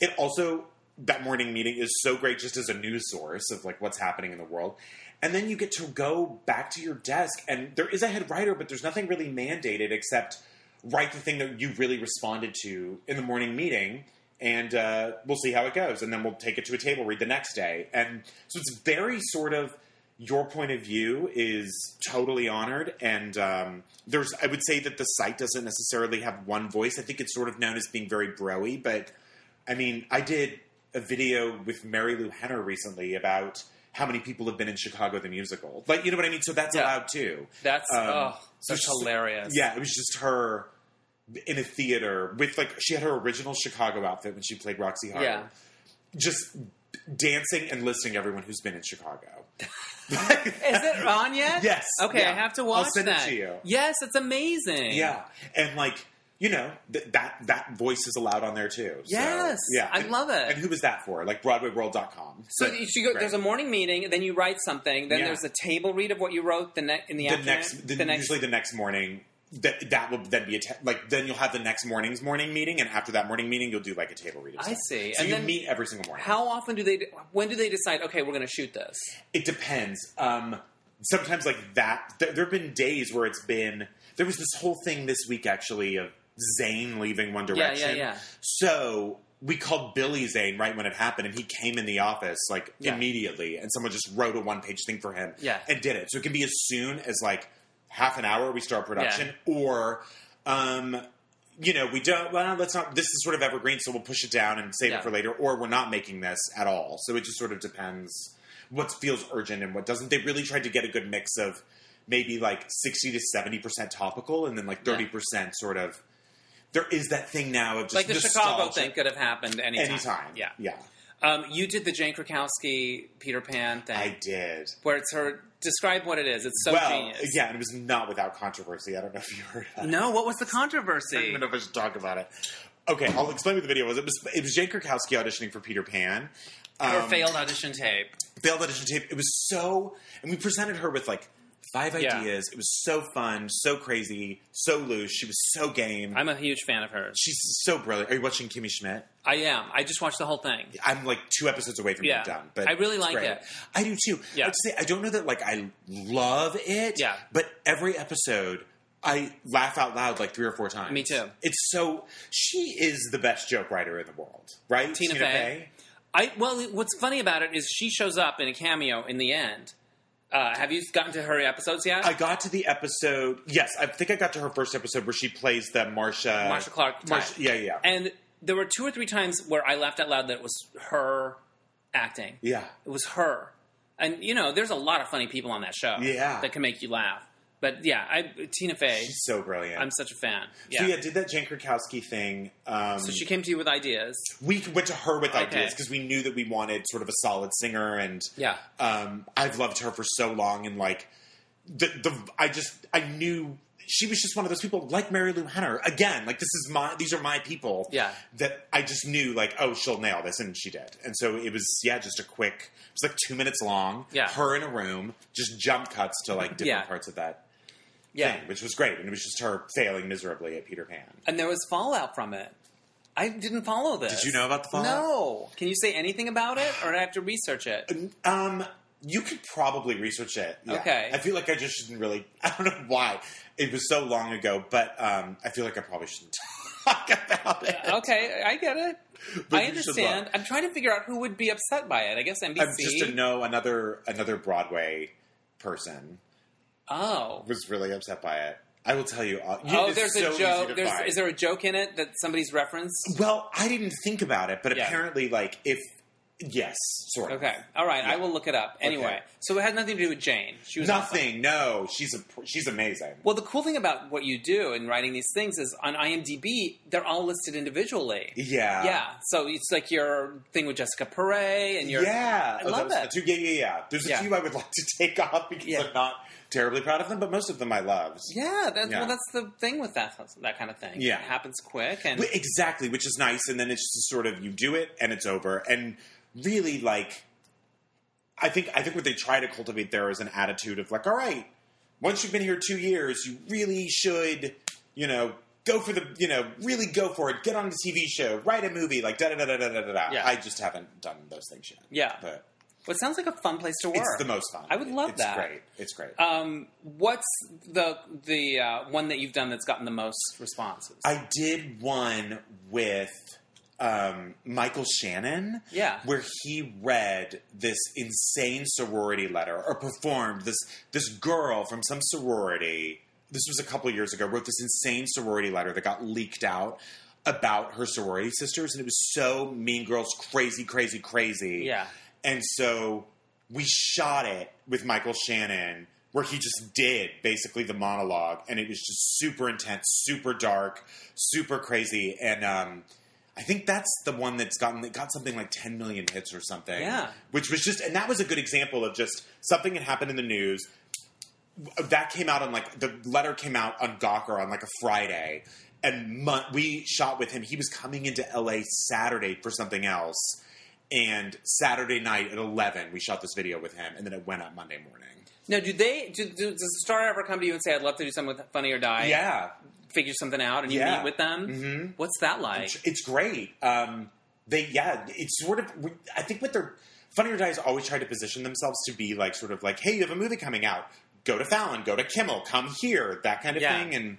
Speaker 2: it also that morning meeting is so great just as a news source of like what's happening in the world and then you get to go back to your desk and there is a head writer but there's nothing really mandated except write the thing that you really responded to in the morning meeting and uh, we'll see how it goes and then we'll take it to a table read the next day and so it's very sort of your point of view is totally honored and um, there's i would say that the site doesn't necessarily have one voice i think it's sort of known as being very broy but I mean, I did a video with Mary Lou Henner recently about how many people have been in Chicago the musical. Like, you know what I mean? So that's
Speaker 1: Yeah.
Speaker 2: allowed too.
Speaker 1: That's
Speaker 2: Um,
Speaker 1: oh,
Speaker 2: so
Speaker 1: that's
Speaker 2: she's-
Speaker 1: hilarious.
Speaker 2: Yeah, it was just her in a theater with like she had her original Chicago outfit when she played Roxy Hart.
Speaker 1: Yeah.
Speaker 2: Just dancing and listening to everyone who's been in Chicago. Like,
Speaker 1: Is it on yet?
Speaker 2: (laughs) Yes.
Speaker 1: Okay,
Speaker 2: Yeah.
Speaker 1: I have to watch
Speaker 2: I'll send it
Speaker 1: that.
Speaker 2: to you.
Speaker 1: Yes, it's amazing.
Speaker 2: yeah. And like, you know, th- that that voice is allowed on there too. So,
Speaker 1: Yes.
Speaker 2: yeah.
Speaker 1: I
Speaker 2: And-
Speaker 1: love it.
Speaker 2: And who was that for? Like BroadwayWorld.com.
Speaker 1: So
Speaker 2: But
Speaker 1: you you go,
Speaker 2: great.
Speaker 1: there's a morning meeting, then you write something, then
Speaker 2: Yeah.
Speaker 1: there's a table read of what you wrote the ne- in the,
Speaker 2: the
Speaker 1: afternoon.
Speaker 2: next, the,
Speaker 1: the next,
Speaker 2: usually the next morning. that that will then be a ta- like then you'll have the next morning's morning meeting, and after that morning meeting, you'll do like a table read. of
Speaker 1: I
Speaker 2: stuff.
Speaker 1: see.
Speaker 2: So
Speaker 1: And
Speaker 2: you
Speaker 1: then-
Speaker 2: meet every single morning.
Speaker 1: How often do they? When do they decide? Okay, we're going to shoot this.
Speaker 2: It depends. Um, sometimes like that. Th- there have been days where it's been. There was this whole thing this week actually of Zayn leaving One
Speaker 1: yeah,
Speaker 2: Direction.
Speaker 1: yeah.
Speaker 2: So we called Billy Zane right when it happened, and he came in the office like
Speaker 1: Yeah.
Speaker 2: immediately, and someone just wrote a one page thing for him
Speaker 1: Yeah.
Speaker 2: and did it. So it can be as soon as like half an hour we start production, or um, you know we don't. Well, let's not. This is sort of evergreen, so we'll push it down and save
Speaker 1: Yeah.
Speaker 2: it for later, or we're not making this at all. So it just sort of depends what feels urgent and what doesn't. They really tried to get a good mix of maybe like sixty to seventy percent topical, and then like
Speaker 1: Yeah.
Speaker 2: thirty percent sort of. There is that thing now of just
Speaker 1: Like the Chicago
Speaker 2: nostalgia.
Speaker 1: thing could have happened anytime.
Speaker 2: Anytime.
Speaker 1: Yeah.
Speaker 2: Yeah.
Speaker 1: Um, you did the Jane Krakowski Peter Pan thing,
Speaker 2: I did.
Speaker 1: where it's her. Describe what it is. It's so
Speaker 2: well,
Speaker 1: genius.
Speaker 2: yeah, and it was not without controversy. I don't know if you heard that.
Speaker 1: No, what was the
Speaker 2: I don't
Speaker 1: controversy?
Speaker 2: even know if I should talk about it. Okay, I'll explain what the video was. It was it was Jane Krakowski auditioning for Peter Pan.
Speaker 1: Her
Speaker 2: Um,
Speaker 1: failed audition tape.
Speaker 2: failed audition tape. It was so, and we presented her with like five
Speaker 1: Yeah.
Speaker 2: ideas. It was so fun, so crazy, so loose. She was so game.
Speaker 1: I'm a huge fan of hers.
Speaker 2: She's so brilliant. Are you watching Kimmy Schmidt?
Speaker 1: I am. I just watched the whole thing.
Speaker 2: I'm like two episodes away from
Speaker 1: Yeah.
Speaker 2: being done, but
Speaker 1: I really
Speaker 2: it's
Speaker 1: like
Speaker 2: great.
Speaker 1: it.
Speaker 2: I do too.
Speaker 1: Yeah.
Speaker 2: I, have to say, I don't know that like I love it.
Speaker 1: Yeah.
Speaker 2: but every episode. I laugh out loud like three or four times.
Speaker 1: Me too.
Speaker 2: It's so she is the best joke writer in the world, right?
Speaker 1: Tina Fey. I well, what's funny about it is she shows up in a cameo in the end. Uh, have you gotten to her episodes yet?
Speaker 2: I got to the episode. Yes, I think I got to her first episode where she plays the Marsha.
Speaker 1: Marsha Clark type.
Speaker 2: Marsha, yeah, yeah,
Speaker 1: and there were two or three times where I laughed out loud that it was her acting.
Speaker 2: yeah.
Speaker 1: It was her. And you know, there's a lot of funny people on that show.
Speaker 2: Yeah.
Speaker 1: That can make you laugh. But yeah, I Tina Fey,
Speaker 2: She's so brilliant.
Speaker 1: I'm such a fan. Yeah.
Speaker 2: So yeah, did that Jane Krakowski thing. Um,
Speaker 1: So she came to you with ideas.
Speaker 2: we went to her with
Speaker 1: Okay.
Speaker 2: ideas because we knew that we wanted sort of a solid singer, and
Speaker 1: Yeah.
Speaker 2: um, I've loved her for so long, and like the the I just I knew she was just one of those people like Mary Lou Henner again. Like this is my these are my people.
Speaker 1: Yeah.
Speaker 2: that I just knew like oh she'll nail this, and she did. And so it was yeah just a quick it was like two minutes long.
Speaker 1: Yeah.
Speaker 2: her in a room, just jump cuts to like
Speaker 1: Yeah.
Speaker 2: different parts of that
Speaker 1: Yeah.
Speaker 2: thing, which was great, and it was just her failing miserably at Peter Pan.
Speaker 1: And there was fallout from it. I didn't follow this.
Speaker 2: Did you know about the fallout?
Speaker 1: No. Can you say anything about it or do I have to research it?
Speaker 2: Um, you could probably research it. yeah.
Speaker 1: Okay.
Speaker 2: I feel like I just shouldn't really. (laughs) I don't know why it was so long ago, but um, I feel like I probably shouldn't (laughs) talk about it.
Speaker 1: Uh, Okay, I get it.
Speaker 2: But
Speaker 1: I
Speaker 2: you should
Speaker 1: understand.
Speaker 2: look.
Speaker 1: I'm trying to figure out who would be upset by it. I guess NBC.
Speaker 2: I'm just to know another another Broadway person
Speaker 1: oh.
Speaker 2: was really upset by it. I will tell you. all- you
Speaker 1: Oh,
Speaker 2: it's
Speaker 1: there's
Speaker 2: so
Speaker 1: a
Speaker 2: easy to
Speaker 1: joke. There's,
Speaker 2: find.
Speaker 1: is there a joke in it that somebody's referenced?
Speaker 2: well, I didn't think about it, but
Speaker 1: Yeah.
Speaker 2: apparently, like if yes, sort of.
Speaker 1: Okay. All right. I will look it up. Anyway, so it had nothing to do with Jane. She was awesome.
Speaker 2: Nothing. No, she's a, she's amazing.
Speaker 1: Well, the cool thing about what you do in writing these things is on IMDb, they're all listed individually.
Speaker 2: yeah.
Speaker 1: yeah. So it's like your thing with Jessica Perret and your.
Speaker 2: yeah,
Speaker 1: I
Speaker 2: Oh, that
Speaker 1: love
Speaker 2: was
Speaker 1: it.
Speaker 2: the Two, yeah, yeah, yeah. There's a
Speaker 1: Yeah.
Speaker 2: few I would (laughs) like to take off because
Speaker 1: Yeah.
Speaker 2: I'm not terribly proud of them, but most of them I loved.
Speaker 1: Yeah, that,
Speaker 2: Yeah.
Speaker 1: well, that's the thing with that that kind of thing.
Speaker 2: Yeah.
Speaker 1: it happens quick, and
Speaker 2: But Exactly, which is nice, and then it's just sort of you do it and it's over. And really, like, I think I think what they try to cultivate there is an attitude of like, all right, once you've been here two years, you really should, you know. Go for the, you know, really go for it. Get on the TV show, write a movie, like da da da da da da da.
Speaker 1: Yeah.
Speaker 2: I just haven't done those things yet.
Speaker 1: Yeah.
Speaker 2: but
Speaker 1: well, it sounds like a fun place to work.
Speaker 2: it's the most fun.
Speaker 1: I would love
Speaker 2: it's
Speaker 1: that.
Speaker 2: Great, it's great.
Speaker 1: Um, what's the the uh, one that you've done that's gotten the most responses?
Speaker 2: I did one with um, Michael Shannon.
Speaker 1: Yeah.
Speaker 2: Where he read this insane sorority letter or performed this this girl from some sorority. This was a couple years ago. Wrote this insane sorority letter that got leaked out about her sorority sisters, and it was so Mean Girls, crazy, crazy, crazy.
Speaker 1: yeah,
Speaker 2: And so we shot it with Michael Shannon, where he just did basically the monologue, and it was just super intense, super dark, super crazy. And um, I think that's the one that's gotten it got something like 10 million hits or something.
Speaker 1: Yeah.
Speaker 2: which was just, and that was a good example of just something that happened in the news. That came out on like the letter came out on Gawker on like a Friday, and mon- we shot with him. He was coming into LA Saturday for something else, And Saturday night at 11, we shot this video with him, and then it went up Monday morning.
Speaker 1: Now, do they? Do, do, does the star ever come to you and say, "I'd love to do something with Funny or Die"?
Speaker 2: yeah.
Speaker 1: Figure something out, and you
Speaker 2: Yeah.
Speaker 1: meet with them. Mm-hmm. What's that like?
Speaker 2: It's- It's great. Um, they yeah, it's sort of. we- I think what they're Funny or Die has always tried to position themselves to be like sort of like, hey, you have a movie coming out. Go to Fallon. Go to Kimmel. Come here. That kind of
Speaker 1: Yeah.
Speaker 2: thing. And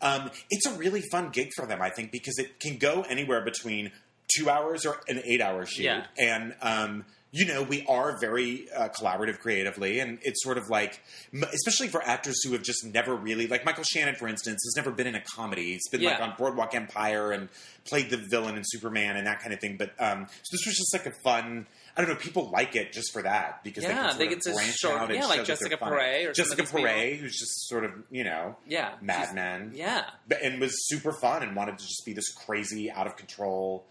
Speaker 2: um, it's a really fun gig for them, I think, because it can go anywhere between two hours or an eight-hour shoot.
Speaker 1: Yeah.
Speaker 2: And um, you know, we are very uh, collaborative creatively, and it's sort of like, m- especially for actors who have just never really, like Michael Shannon, for instance, has never been in a comedy. He's been like
Speaker 1: Yeah.
Speaker 2: on Boardwalk Empire and played the villain in Superman and that kind of thing. But um, so this was just like a fun. I don't know. People like it just for that because
Speaker 1: Yeah,
Speaker 2: they,
Speaker 1: they
Speaker 2: can
Speaker 1: get to
Speaker 2: sort of branch
Speaker 1: show-
Speaker 2: out and
Speaker 1: yeah, like
Speaker 2: show that they're
Speaker 1: Jessica
Speaker 2: fun.
Speaker 1: Perret or some of
Speaker 2: Jessica
Speaker 1: these people.
Speaker 2: Perret, who's just sort of you know
Speaker 1: Yeah, she's-
Speaker 2: madman,
Speaker 1: Yeah,
Speaker 2: But- and was super fun and wanted to just be this crazy, out of control,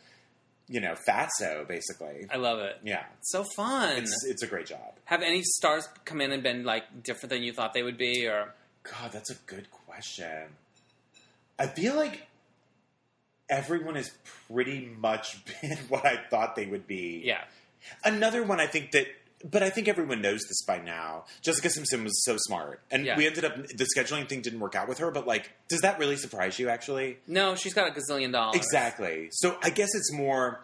Speaker 2: you know, fatso basically.
Speaker 1: I love it.
Speaker 2: yeah,
Speaker 1: It's so fun.
Speaker 2: it's it's a great job.
Speaker 1: Have any stars come in and been like different than you thought they would be, or
Speaker 2: God, that's a good question. I feel like everyone has pretty much (laughs) been what I thought they would be.
Speaker 1: yeah,
Speaker 2: Another one I think that, but I think everyone knows this by now. Jessica Simpson was so smart. And
Speaker 1: Yeah.
Speaker 2: we ended up, the scheduling thing didn't work out with her, but like, does that really surprise you actually?
Speaker 1: no? She's got a gazillion dollars.
Speaker 2: Exactly. So I guess it's more.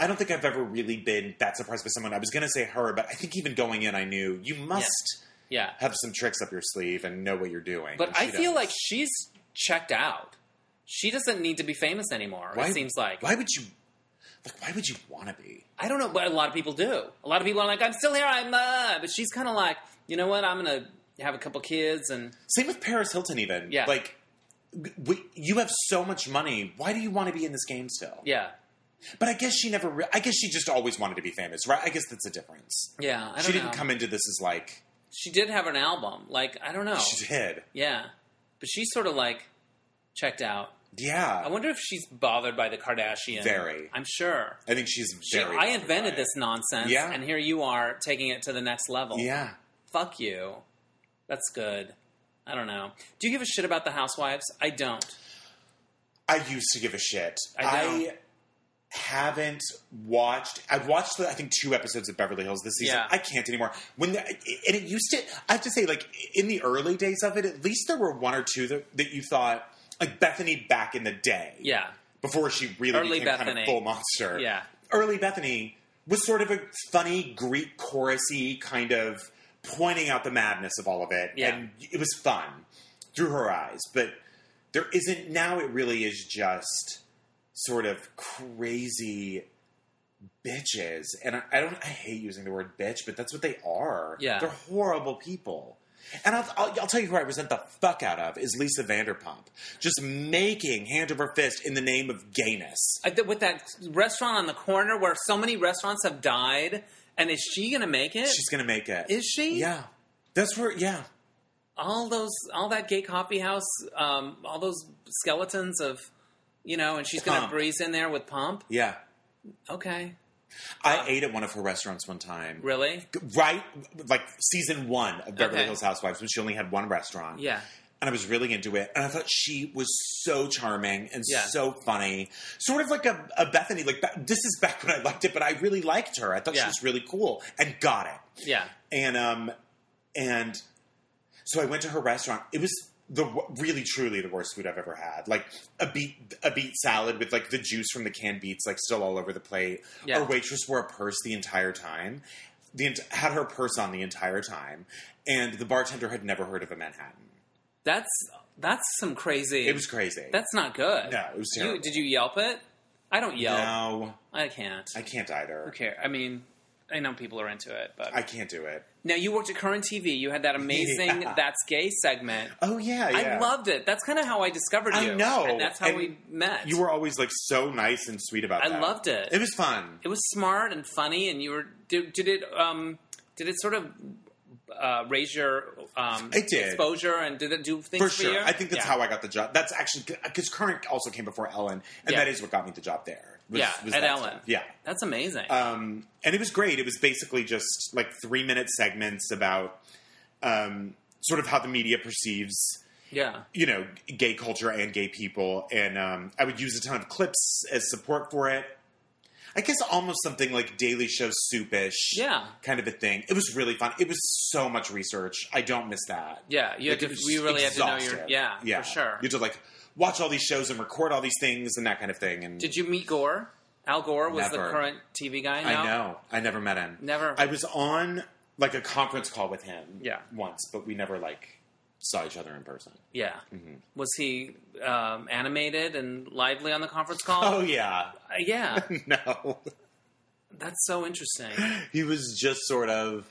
Speaker 2: I don't think I've ever really been that surprised by someone. I was going to say her, but I think even going in, I knew you must
Speaker 1: Yeah,
Speaker 2: have some tricks up your sleeve and know what you're doing.
Speaker 1: but
Speaker 2: And she
Speaker 1: I feel
Speaker 2: does.
Speaker 1: like she's checked out. She doesn't need to be famous anymore.
Speaker 2: Why-
Speaker 1: It seems like
Speaker 2: Why would you? Like, why would you want to be?
Speaker 1: I don't know, but a lot of people do. A lot of people are like, "I'm still here, I'm," uh, but she's kind of like, you know what? I'm gonna have a couple kids and
Speaker 2: Same with Paris Hilton, even.
Speaker 1: Yeah.
Speaker 2: Like, g- we, you have so much money. Why do you want to be in this game still?
Speaker 1: yeah,
Speaker 2: But I guess she never. Re- I guess she just always wanted to be famous, right? I guess that's the difference.
Speaker 1: yeah. I don't
Speaker 2: She didn't
Speaker 1: know.
Speaker 2: come into this as like
Speaker 1: She did have an album. Like I don't know.
Speaker 2: she did.
Speaker 1: Yeah, but she's sort of like checked out.
Speaker 2: Yeah.
Speaker 1: I wonder if she's bothered by the Kardashian.
Speaker 2: Very.
Speaker 1: I'm sure.
Speaker 2: I think she's
Speaker 1: She,
Speaker 2: very.
Speaker 1: I invented
Speaker 2: overrated.
Speaker 1: this nonsense,
Speaker 2: Yeah.
Speaker 1: and here you are taking it to the next level.
Speaker 2: Yeah.
Speaker 1: Fuck you. That's good. I don't know. Do you give a shit about the housewives? I don't.
Speaker 2: I used to give a shit.
Speaker 1: I don't.
Speaker 2: haven't watched. I've watched, the, I think, two episodes of Beverly Hills this season.
Speaker 1: Yeah.
Speaker 2: I can't anymore. When the, and it used to, I have to say, like in the early days of it, at least there were one or two that, that you thought, like Bethany back in the day,
Speaker 1: Yeah.
Speaker 2: before she really
Speaker 1: Early
Speaker 2: became kind
Speaker 1: Bethany.
Speaker 2: of full monster.
Speaker 1: Yeah.
Speaker 2: early Bethany was sort of a funny Greek chorusy kind of pointing out the madness of all of it,
Speaker 1: Yeah.
Speaker 2: and it was fun through her eyes. But there isn't now. It really is just sort of crazy bitches, and I, I don't. I hate using the word bitch, but that's what they are.
Speaker 1: Yeah.
Speaker 2: they're horrible people. And I'll, I'll, I'll tell you who I resent the fuck out of is Lisa Vanderpump, just making hand over fist in the name of gayness.
Speaker 1: I, th- with that restaurant on the corner where so many restaurants have died, and is she gonna make it?
Speaker 2: She's gonna make it.
Speaker 1: Is she?
Speaker 2: Yeah. That's where. Yeah.
Speaker 1: all those, all that gay coffee house, um, all those skeletons of, you know, and she's gonna
Speaker 2: Pump.
Speaker 1: breeze in there with pump.
Speaker 2: Yeah.
Speaker 1: Okay, Uh.
Speaker 2: I ate at one of her restaurants one time.
Speaker 1: really?
Speaker 2: Right, like season one of Beverly
Speaker 1: Okay.
Speaker 2: Hills Housewives, when she only had one restaurant.
Speaker 1: Yeah.
Speaker 2: and I was really into it, and I thought she was so charming and
Speaker 1: Yeah.
Speaker 2: so funny, sort of like a, a Bethany. Like ba- this is back when I liked it, but I really liked her. I thought
Speaker 1: Yeah.
Speaker 2: she was really cool and got it.
Speaker 1: Yeah.
Speaker 2: and um and so I went to her restaurant. It was the w- really truly the worst food I've ever had. Like a beet a beet salad with like the juice from the canned beets like still all over the plate.
Speaker 1: Yeah.
Speaker 2: Our waitress wore a purse the entire time. The ent- had her purse on the entire time, and the bartender had never heard of a Manhattan.
Speaker 1: That's that's some crazy.
Speaker 2: It was crazy.
Speaker 1: that's not good.
Speaker 2: No, it was
Speaker 1: You,
Speaker 2: terrible.
Speaker 1: did you Yelp it? I don't Yelp.
Speaker 2: no,
Speaker 1: I can't.
Speaker 2: I can't either.
Speaker 1: don't care. I mean, I know people are into it, but
Speaker 2: I can't do it.
Speaker 1: now you worked at Current TV. You had that amazing
Speaker 2: Yeah.
Speaker 1: "That's Gay" segment.
Speaker 2: Oh yeah, yeah.
Speaker 1: I loved it. That's kind of how I discovered
Speaker 2: I
Speaker 1: you.
Speaker 2: know.
Speaker 1: and that's how
Speaker 2: And
Speaker 1: we met.
Speaker 2: You were always like so nice and sweet about
Speaker 1: I
Speaker 2: that.
Speaker 1: loved it.
Speaker 2: It was fun.
Speaker 1: It was smart and funny, and you were. Did, did it? Um, did it sort of uh, raise your um,
Speaker 2: It did.
Speaker 1: exposure and did it do things
Speaker 2: for
Speaker 1: for,
Speaker 2: sure.
Speaker 1: you?
Speaker 2: I think that's
Speaker 1: Yeah.
Speaker 2: how I got the job. That's actually because Current also came before Ellen, and
Speaker 1: Yeah.
Speaker 2: that is what got me the job there. was-
Speaker 1: Yeah,
Speaker 2: was
Speaker 1: at
Speaker 2: that
Speaker 1: Ellen.
Speaker 2: stuff. Yeah,
Speaker 1: That's amazing.
Speaker 2: um, and it was great. It was basically just like three minute segments about um, sort of how the media perceives.
Speaker 1: yeah.
Speaker 2: You know, gay culture and gay people, and um, I would use a ton of clips as support for it. I guess almost something like Daily Show soupish,
Speaker 1: Yeah.
Speaker 2: kind of a thing. It was really fun. It was so much research. I don't miss that.
Speaker 1: Yeah, you had
Speaker 2: Like,
Speaker 1: to,
Speaker 2: it was
Speaker 1: we really had to know your
Speaker 2: exhaustive.
Speaker 1: yeah, for sure.
Speaker 2: You had to like watch all these shows and record all these things and that kind of thing. And
Speaker 1: Did you meet Gore? Al Gore was the
Speaker 2: Never.
Speaker 1: current TV guy.
Speaker 2: I
Speaker 1: now?
Speaker 2: know. I never met him.
Speaker 1: Never.
Speaker 2: I was on like a conference call with him.
Speaker 1: Yeah.
Speaker 2: Once, but we never like saw each other in person.
Speaker 1: Yeah.
Speaker 2: Mm-hmm.
Speaker 1: Was he um, animated and lively on the conference call?
Speaker 2: (laughs) Oh yeah.
Speaker 1: Uh, yeah,
Speaker 2: No.
Speaker 1: that's so interesting.
Speaker 2: he was just sort of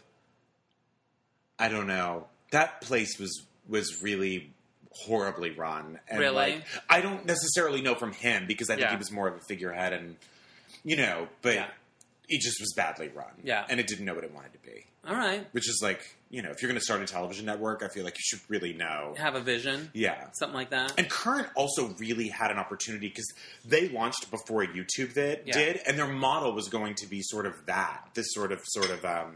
Speaker 2: I don't know. That place was was really horribly run. And
Speaker 1: Really?
Speaker 2: like I don't necessarily know from him because I think
Speaker 1: Yeah.
Speaker 2: he was more of a figurehead and you know, but
Speaker 1: Yeah.
Speaker 2: it just was badly run.
Speaker 1: Yeah.
Speaker 2: And it didn't know what it wanted to be.
Speaker 1: All right,
Speaker 2: Which is like, you know, if you're gonna start a television network, I feel like you should really know.
Speaker 1: have a vision,
Speaker 2: Yeah.
Speaker 1: something like that.
Speaker 2: And Current also really had an opportunity because they launched before YouTube that
Speaker 1: Yeah.
Speaker 2: did, and their model was going to be sort of that, this sort of sort of um,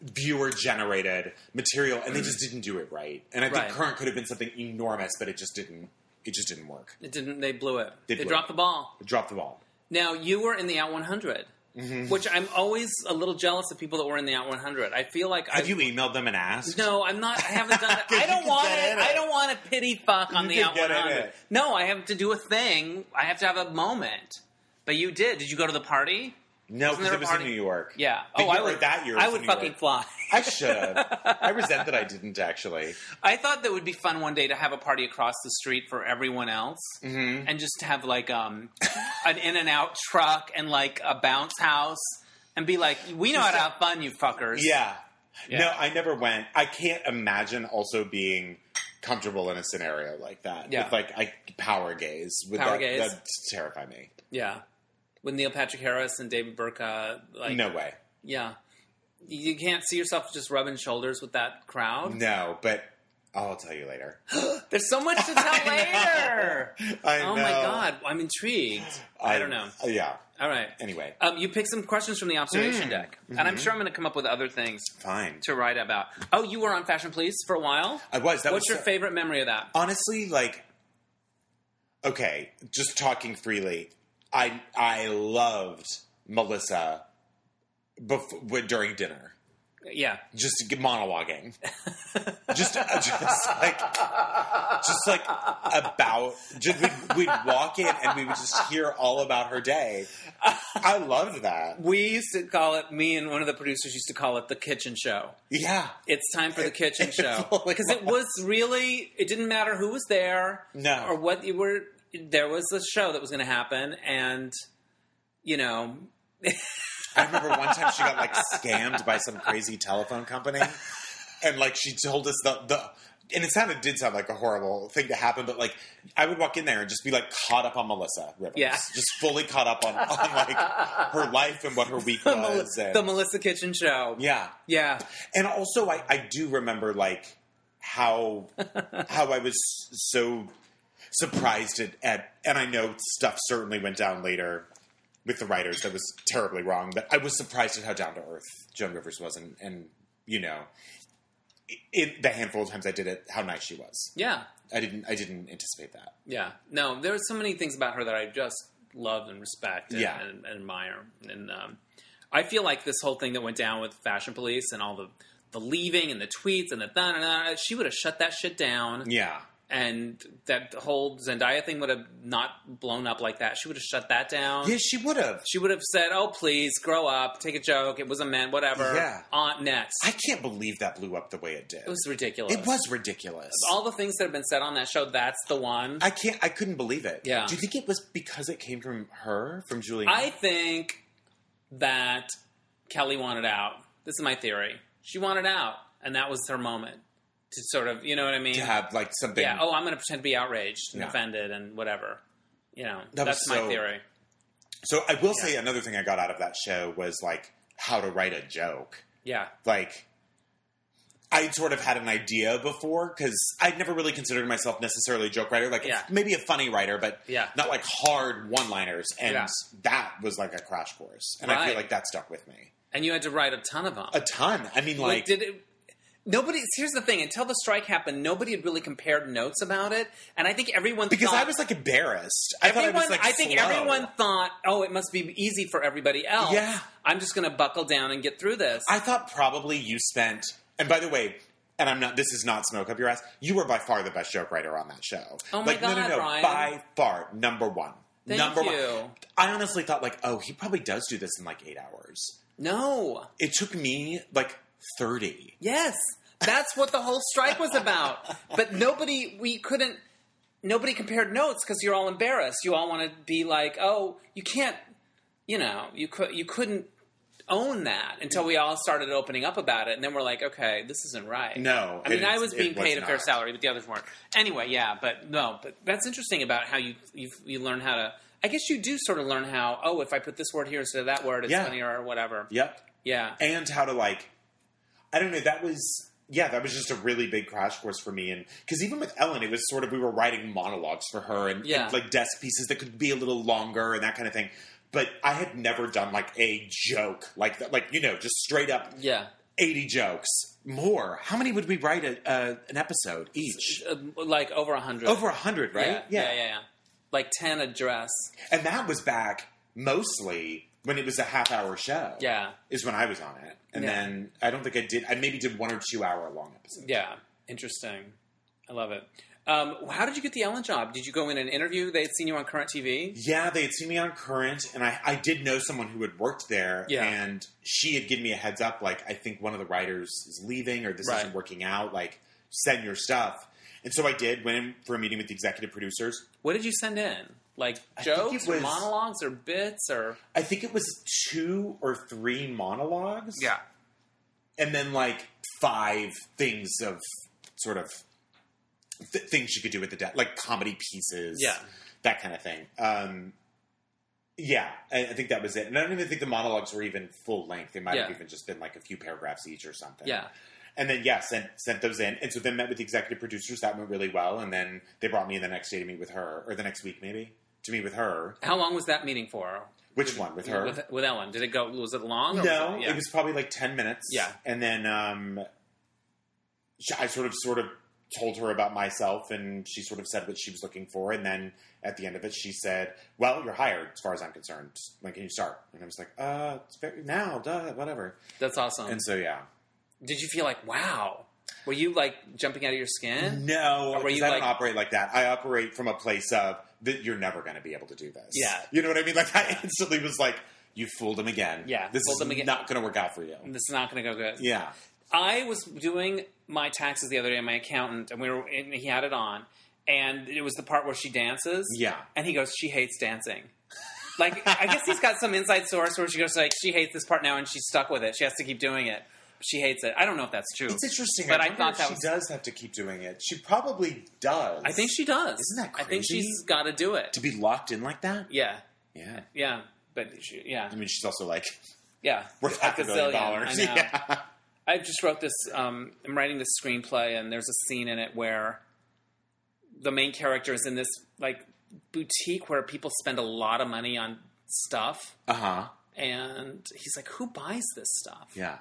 Speaker 2: viewer generated material, and they just didn't do it right. And I think
Speaker 1: Mm. Right.
Speaker 2: Current could have been something enormous, but it just didn't. It just didn't work.
Speaker 1: It didn't. They blew it.
Speaker 2: They
Speaker 1: They,
Speaker 2: blew
Speaker 1: dropped
Speaker 2: it.
Speaker 1: the ball.
Speaker 2: It dropped the ball.
Speaker 1: Now you were in the Out 100,
Speaker 2: Mm-hmm.
Speaker 1: which I'm always a little jealous of people that were in the Out 100. I feel like
Speaker 2: Have
Speaker 1: I.
Speaker 2: you emailed them and asked?
Speaker 1: No, I'm not. I haven't
Speaker 2: (laughs)
Speaker 1: done it.
Speaker 2: 'Cause
Speaker 1: I
Speaker 2: you
Speaker 1: don't
Speaker 2: can
Speaker 1: want
Speaker 2: get
Speaker 1: it.
Speaker 2: in
Speaker 1: I
Speaker 2: it.
Speaker 1: don't want a pity fuck on
Speaker 2: You
Speaker 1: the
Speaker 2: can
Speaker 1: Out
Speaker 2: get in
Speaker 1: 100.
Speaker 2: it.
Speaker 1: No, I have to do a thing. I have to have a moment. But you did. Did you go to the party?
Speaker 2: no, because
Speaker 1: there a
Speaker 2: it was
Speaker 1: party?
Speaker 2: in New York.
Speaker 1: Yeah.
Speaker 2: The
Speaker 1: oh, I
Speaker 2: year-
Speaker 1: would.
Speaker 2: that year
Speaker 1: I
Speaker 2: was
Speaker 1: would
Speaker 2: in New
Speaker 1: fucking
Speaker 2: York.
Speaker 1: fly.
Speaker 2: I should have. I resent
Speaker 1: (laughs)
Speaker 2: that I didn't actually.
Speaker 1: I thought that would be fun one day to have a party across the street for everyone else,
Speaker 2: Mm-hmm.
Speaker 1: and just to have like um, an in and out truck and like a bounce house, and be like, "We know how to have fun, you fuckers."
Speaker 2: Yeah.
Speaker 1: Yeah.
Speaker 2: No, I never went. I can't imagine also being comfortable in a scenario like that.
Speaker 1: Yeah.
Speaker 2: With like I power gaze. Would
Speaker 1: Power
Speaker 2: that,
Speaker 1: gaze.
Speaker 2: That terrify me.
Speaker 1: yeah. With Neil Patrick Harris and David Burka, like,
Speaker 2: no way.
Speaker 1: yeah, you can't see yourself just rubbing shoulders with that crowd.
Speaker 2: No, but I'll tell you later.
Speaker 1: There's so much
Speaker 2: (laughs)
Speaker 1: to (laughs) tell later.
Speaker 2: I
Speaker 1: Oh
Speaker 2: know. uh,
Speaker 1: my god, I'm intrigued. I don't know.
Speaker 2: Yeah.
Speaker 1: All right.
Speaker 2: Anyway,
Speaker 1: Um, you picked some questions from the observation
Speaker 2: Mm.
Speaker 1: deck, and I'm sure I'm going to come up with other things
Speaker 2: fine.
Speaker 1: to write about. Oh, you were on Fashion Police for a while.
Speaker 2: I was. That
Speaker 1: What's
Speaker 2: was
Speaker 1: your
Speaker 2: so-
Speaker 1: favorite memory of that?
Speaker 2: honestly like okay just talking freely i i loved melissa before during dinner
Speaker 1: Yeah,
Speaker 2: just monologuing (laughs) just uh, just like just like about just we'd, we'd walk in and we would just hear all about her day i loved that
Speaker 1: we used to call it. Me and one of the producers used to call it the kitchen show.
Speaker 2: yeah
Speaker 1: It's time (laughs) for the kitchen show
Speaker 2: Holy
Speaker 1: because it was really. It didn't matter who was there
Speaker 2: No.
Speaker 1: or what you were. There was a show that was going to happen, and you know,
Speaker 2: I remember one time she got like scammed by some crazy telephone company, and like she told us the the. And it sounded did sound like a horrible thing to happen, but like I would walk in there and just be like caught up on Melissa Rivers,
Speaker 1: Yeah.
Speaker 2: just fully caught up on, on like her life and what her week was.
Speaker 1: (laughs)
Speaker 2: and-
Speaker 1: the Melissa Kitchen show.
Speaker 2: yeah,
Speaker 1: yeah.
Speaker 2: and also I, I do remember like (laughs) how how I was so surprised at, at and I know stuff certainly went down later with the writers that was terribly wrong, but I was surprised at how down to earth Joan Rivers was and, and you know in the handful of times I did it, how nice she was.
Speaker 1: yeah.
Speaker 2: I didn't I didn't anticipate that.
Speaker 1: Yeah. No, there were so many things about her that I just loved and respect and,
Speaker 2: Yeah.
Speaker 1: and, and admire. And um, I feel like this whole thing that went down with Fashion Police and all the the leaving and the tweets and the da da da, she would have shut that shit down.
Speaker 2: Yeah.
Speaker 1: And that whole Zendaya thing would have not blown up like that. She would have shut that down.
Speaker 2: Yeah, she would have.
Speaker 1: She would have said, "Oh, please, grow up, take a joke. It was a man, whatever."
Speaker 2: Yeah.
Speaker 1: Aunt next.
Speaker 2: I can't believe that blew up the way it did.
Speaker 1: it was ridiculous.
Speaker 2: it was ridiculous.
Speaker 1: all the things that have been said on that show. That's the one.
Speaker 2: I can't. I couldn't believe it.
Speaker 1: Yeah.
Speaker 2: Do you think it was because it came from her, from Julie?
Speaker 1: I think that Kelly wanted out. This is my theory. She wanted out, and that was her moment to sort of, you know what I mean?
Speaker 2: to have like something.
Speaker 1: yeah. Oh, I'm going to pretend to be outraged and
Speaker 2: Yeah.
Speaker 1: offended and whatever. You know,
Speaker 2: That was
Speaker 1: that's my
Speaker 2: so-
Speaker 1: theory.
Speaker 2: So I will say another thing I got out of that show was like how to write a joke.
Speaker 1: Yeah.
Speaker 2: Like I sort of had an idea before because I'd never really considered myself necessarily a joke writer. Like
Speaker 1: Yeah.
Speaker 2: maybe a funny writer, but
Speaker 1: Yeah.
Speaker 2: not like hard one-liners. And
Speaker 1: Yeah.
Speaker 2: that was like a crash course, and I
Speaker 1: Right.
Speaker 2: feel like that stuck with me
Speaker 1: And you had to write a ton of them.
Speaker 2: a ton. I mean,
Speaker 1: Like,
Speaker 2: like
Speaker 1: did it? Nobody. Here's the thing. Until the strike happened, nobody had really compared notes about it, and I think everyone
Speaker 2: because
Speaker 1: thought,
Speaker 2: I was like embarrassed. I
Speaker 1: everyone.
Speaker 2: thought I was like
Speaker 1: think
Speaker 2: slow.
Speaker 1: everyone thought, oh, it must be easy for everybody else.
Speaker 2: Yeah.
Speaker 1: I'm just going to buckle down and get through this.
Speaker 2: I thought probably you spent. And by the way, and I'm not. This is not smoke up your ass. You were by far the best joke writer on that show.
Speaker 1: Oh my
Speaker 2: like, no,
Speaker 1: God,
Speaker 2: no, no,
Speaker 1: Brian.
Speaker 2: by far number one.
Speaker 1: Thank
Speaker 2: number one.
Speaker 1: you.
Speaker 2: I honestly thought like, oh, he probably does do this in like eight hours.
Speaker 1: no.
Speaker 2: It took me like thirty.
Speaker 1: Yes. That's what the whole strike was about. But nobody. We couldn't. Nobody compared notes because you're all embarrassed. You all want to be like, oh, you can't. You know, you could. You couldn't own that until we all started opening up about it, and then we're like, okay, this isn't right.
Speaker 2: No,
Speaker 1: I mean,
Speaker 2: it
Speaker 1: I
Speaker 2: is-
Speaker 1: was
Speaker 2: it
Speaker 1: being paid a fair
Speaker 2: not.
Speaker 1: salary, but the others weren't. Anyway, yeah, but no, but that's interesting about how you you you learn how to. I guess you do sort of learn how. Oh, if I put this word here instead of that word, it's
Speaker 2: Yeah.
Speaker 1: funnier or whatever.
Speaker 2: Yep.
Speaker 1: Yeah.
Speaker 2: and how to like i don't know that was yeah that was just a really big crash course for me and because even with ellen it was sort of we were writing monologues for her and,
Speaker 1: Yeah.
Speaker 2: and, like desk pieces that could be a little longer and that kind of thing but i had never done like a joke like that like you know just straight up
Speaker 1: Yeah.
Speaker 2: 80 jokes more how many would we write a, uh, an episode each
Speaker 1: Um, like over a hundred.
Speaker 2: over 100 right
Speaker 1: Yeah. Yeah. Yeah. yeah. Like ten a dress.
Speaker 2: and that was back mostly when it was a half hour show
Speaker 1: Yeah.
Speaker 2: is when i was on it and
Speaker 1: Yeah.
Speaker 2: then i don't think i did i maybe did one or two hour long episodes
Speaker 1: Yeah. Interesting. I love it. Um, how did you get the Ellen job? Did you go in an interview? They had seen you on current TV.
Speaker 2: Yeah, they had seen me on Current, and I, I did know someone who had worked there,
Speaker 1: Yeah.
Speaker 2: and she had given me a heads up, like, I think one of the writers is leaving or this
Speaker 1: Right.
Speaker 2: isn't working out, like, send your stuff. And so I did, went in for a meeting with the executive producers.
Speaker 1: What did you send in? Like
Speaker 2: think it
Speaker 1: jokes, or
Speaker 2: was-
Speaker 1: monologues, or bits, or
Speaker 2: I think it was two or three monologues. And then, like, five things of sort of th- things you could do with the debt, like comedy pieces.
Speaker 1: Yeah.
Speaker 2: That kind of thing. Um, yeah, I, I think that was it. And I don't even think the monologues were even full length. They might have
Speaker 1: Yeah.
Speaker 2: even just been like a few paragraphs each or something.
Speaker 1: yeah.
Speaker 2: And then, yeah, sent, sent those in. And so then met with the executive producers. That went really well. And then they brought me in the next day to meet with her, or the next week maybe, to meet with her.
Speaker 1: How long was that meeting for?
Speaker 2: Which one? With her?
Speaker 1: With, with Ellen? Did it go? Was it long? Or
Speaker 2: No,
Speaker 1: was it, yeah.
Speaker 2: it was probably like ten minutes.
Speaker 1: Yeah.
Speaker 2: and then um, sh- I sort of sort of told her about myself, and she sort of said what she was looking for, and then at the end of it, she said, "Well, you're hired, as far as I'm concerned. When can you start?" And I was like, "Uh, it's very, now, duh, whatever."
Speaker 1: That's awesome.
Speaker 2: And so yeah,
Speaker 1: did you feel like wow? Were you like jumping out of your
Speaker 2: Mm-hmm.
Speaker 1: skin?
Speaker 2: no,
Speaker 1: Or were
Speaker 2: 'cause
Speaker 1: you
Speaker 2: I don't
Speaker 1: like-
Speaker 2: operate like that. I operate from a place of that you're never going to be able to do this.
Speaker 1: Yeah.
Speaker 2: you know what I mean. Like I instantly was like, "You fooled him again.
Speaker 1: Yeah,
Speaker 2: this
Speaker 1: fooled
Speaker 2: is
Speaker 1: him again.
Speaker 2: not going to work out for you."
Speaker 1: This is not going to go good.
Speaker 2: Yeah.
Speaker 1: I was doing my taxes the other day, my accountant, and we were and he had it on, and it was the part where she dances.
Speaker 2: Yeah.
Speaker 1: And he goes, She hates dancing. Like I guess he's got some inside source where she goes like she hates this part now and she's stuck with it. She has to keep doing it. She hates it. I don't know if that's true.
Speaker 2: It's interesting,
Speaker 1: But
Speaker 2: I,
Speaker 1: I
Speaker 2: wonder
Speaker 1: thought
Speaker 2: if
Speaker 1: that
Speaker 2: she
Speaker 1: was-
Speaker 2: does have to keep doing it. She probably does.
Speaker 1: I think she does.
Speaker 2: Isn't that
Speaker 1: I think
Speaker 2: crazy?
Speaker 1: she's got to do it.
Speaker 2: to be locked in like that.
Speaker 1: Yeah.
Speaker 2: Yeah,
Speaker 1: Yeah. But she, yeah.
Speaker 2: I mean, she's also like (laughs)
Speaker 1: Yeah.
Speaker 2: Mm. worth
Speaker 1: A
Speaker 2: half a billion
Speaker 1: gazillion.
Speaker 2: dollars.
Speaker 1: I know.
Speaker 2: (laughs) Yeah.
Speaker 1: I just wrote this. Um, I'm writing this screenplay, and there's a scene in it where the main character is in this like boutique where people spend a lot of money on stuff,
Speaker 2: Uh huh.
Speaker 1: and he's like, "Who buys this stuff?"
Speaker 2: Yeah.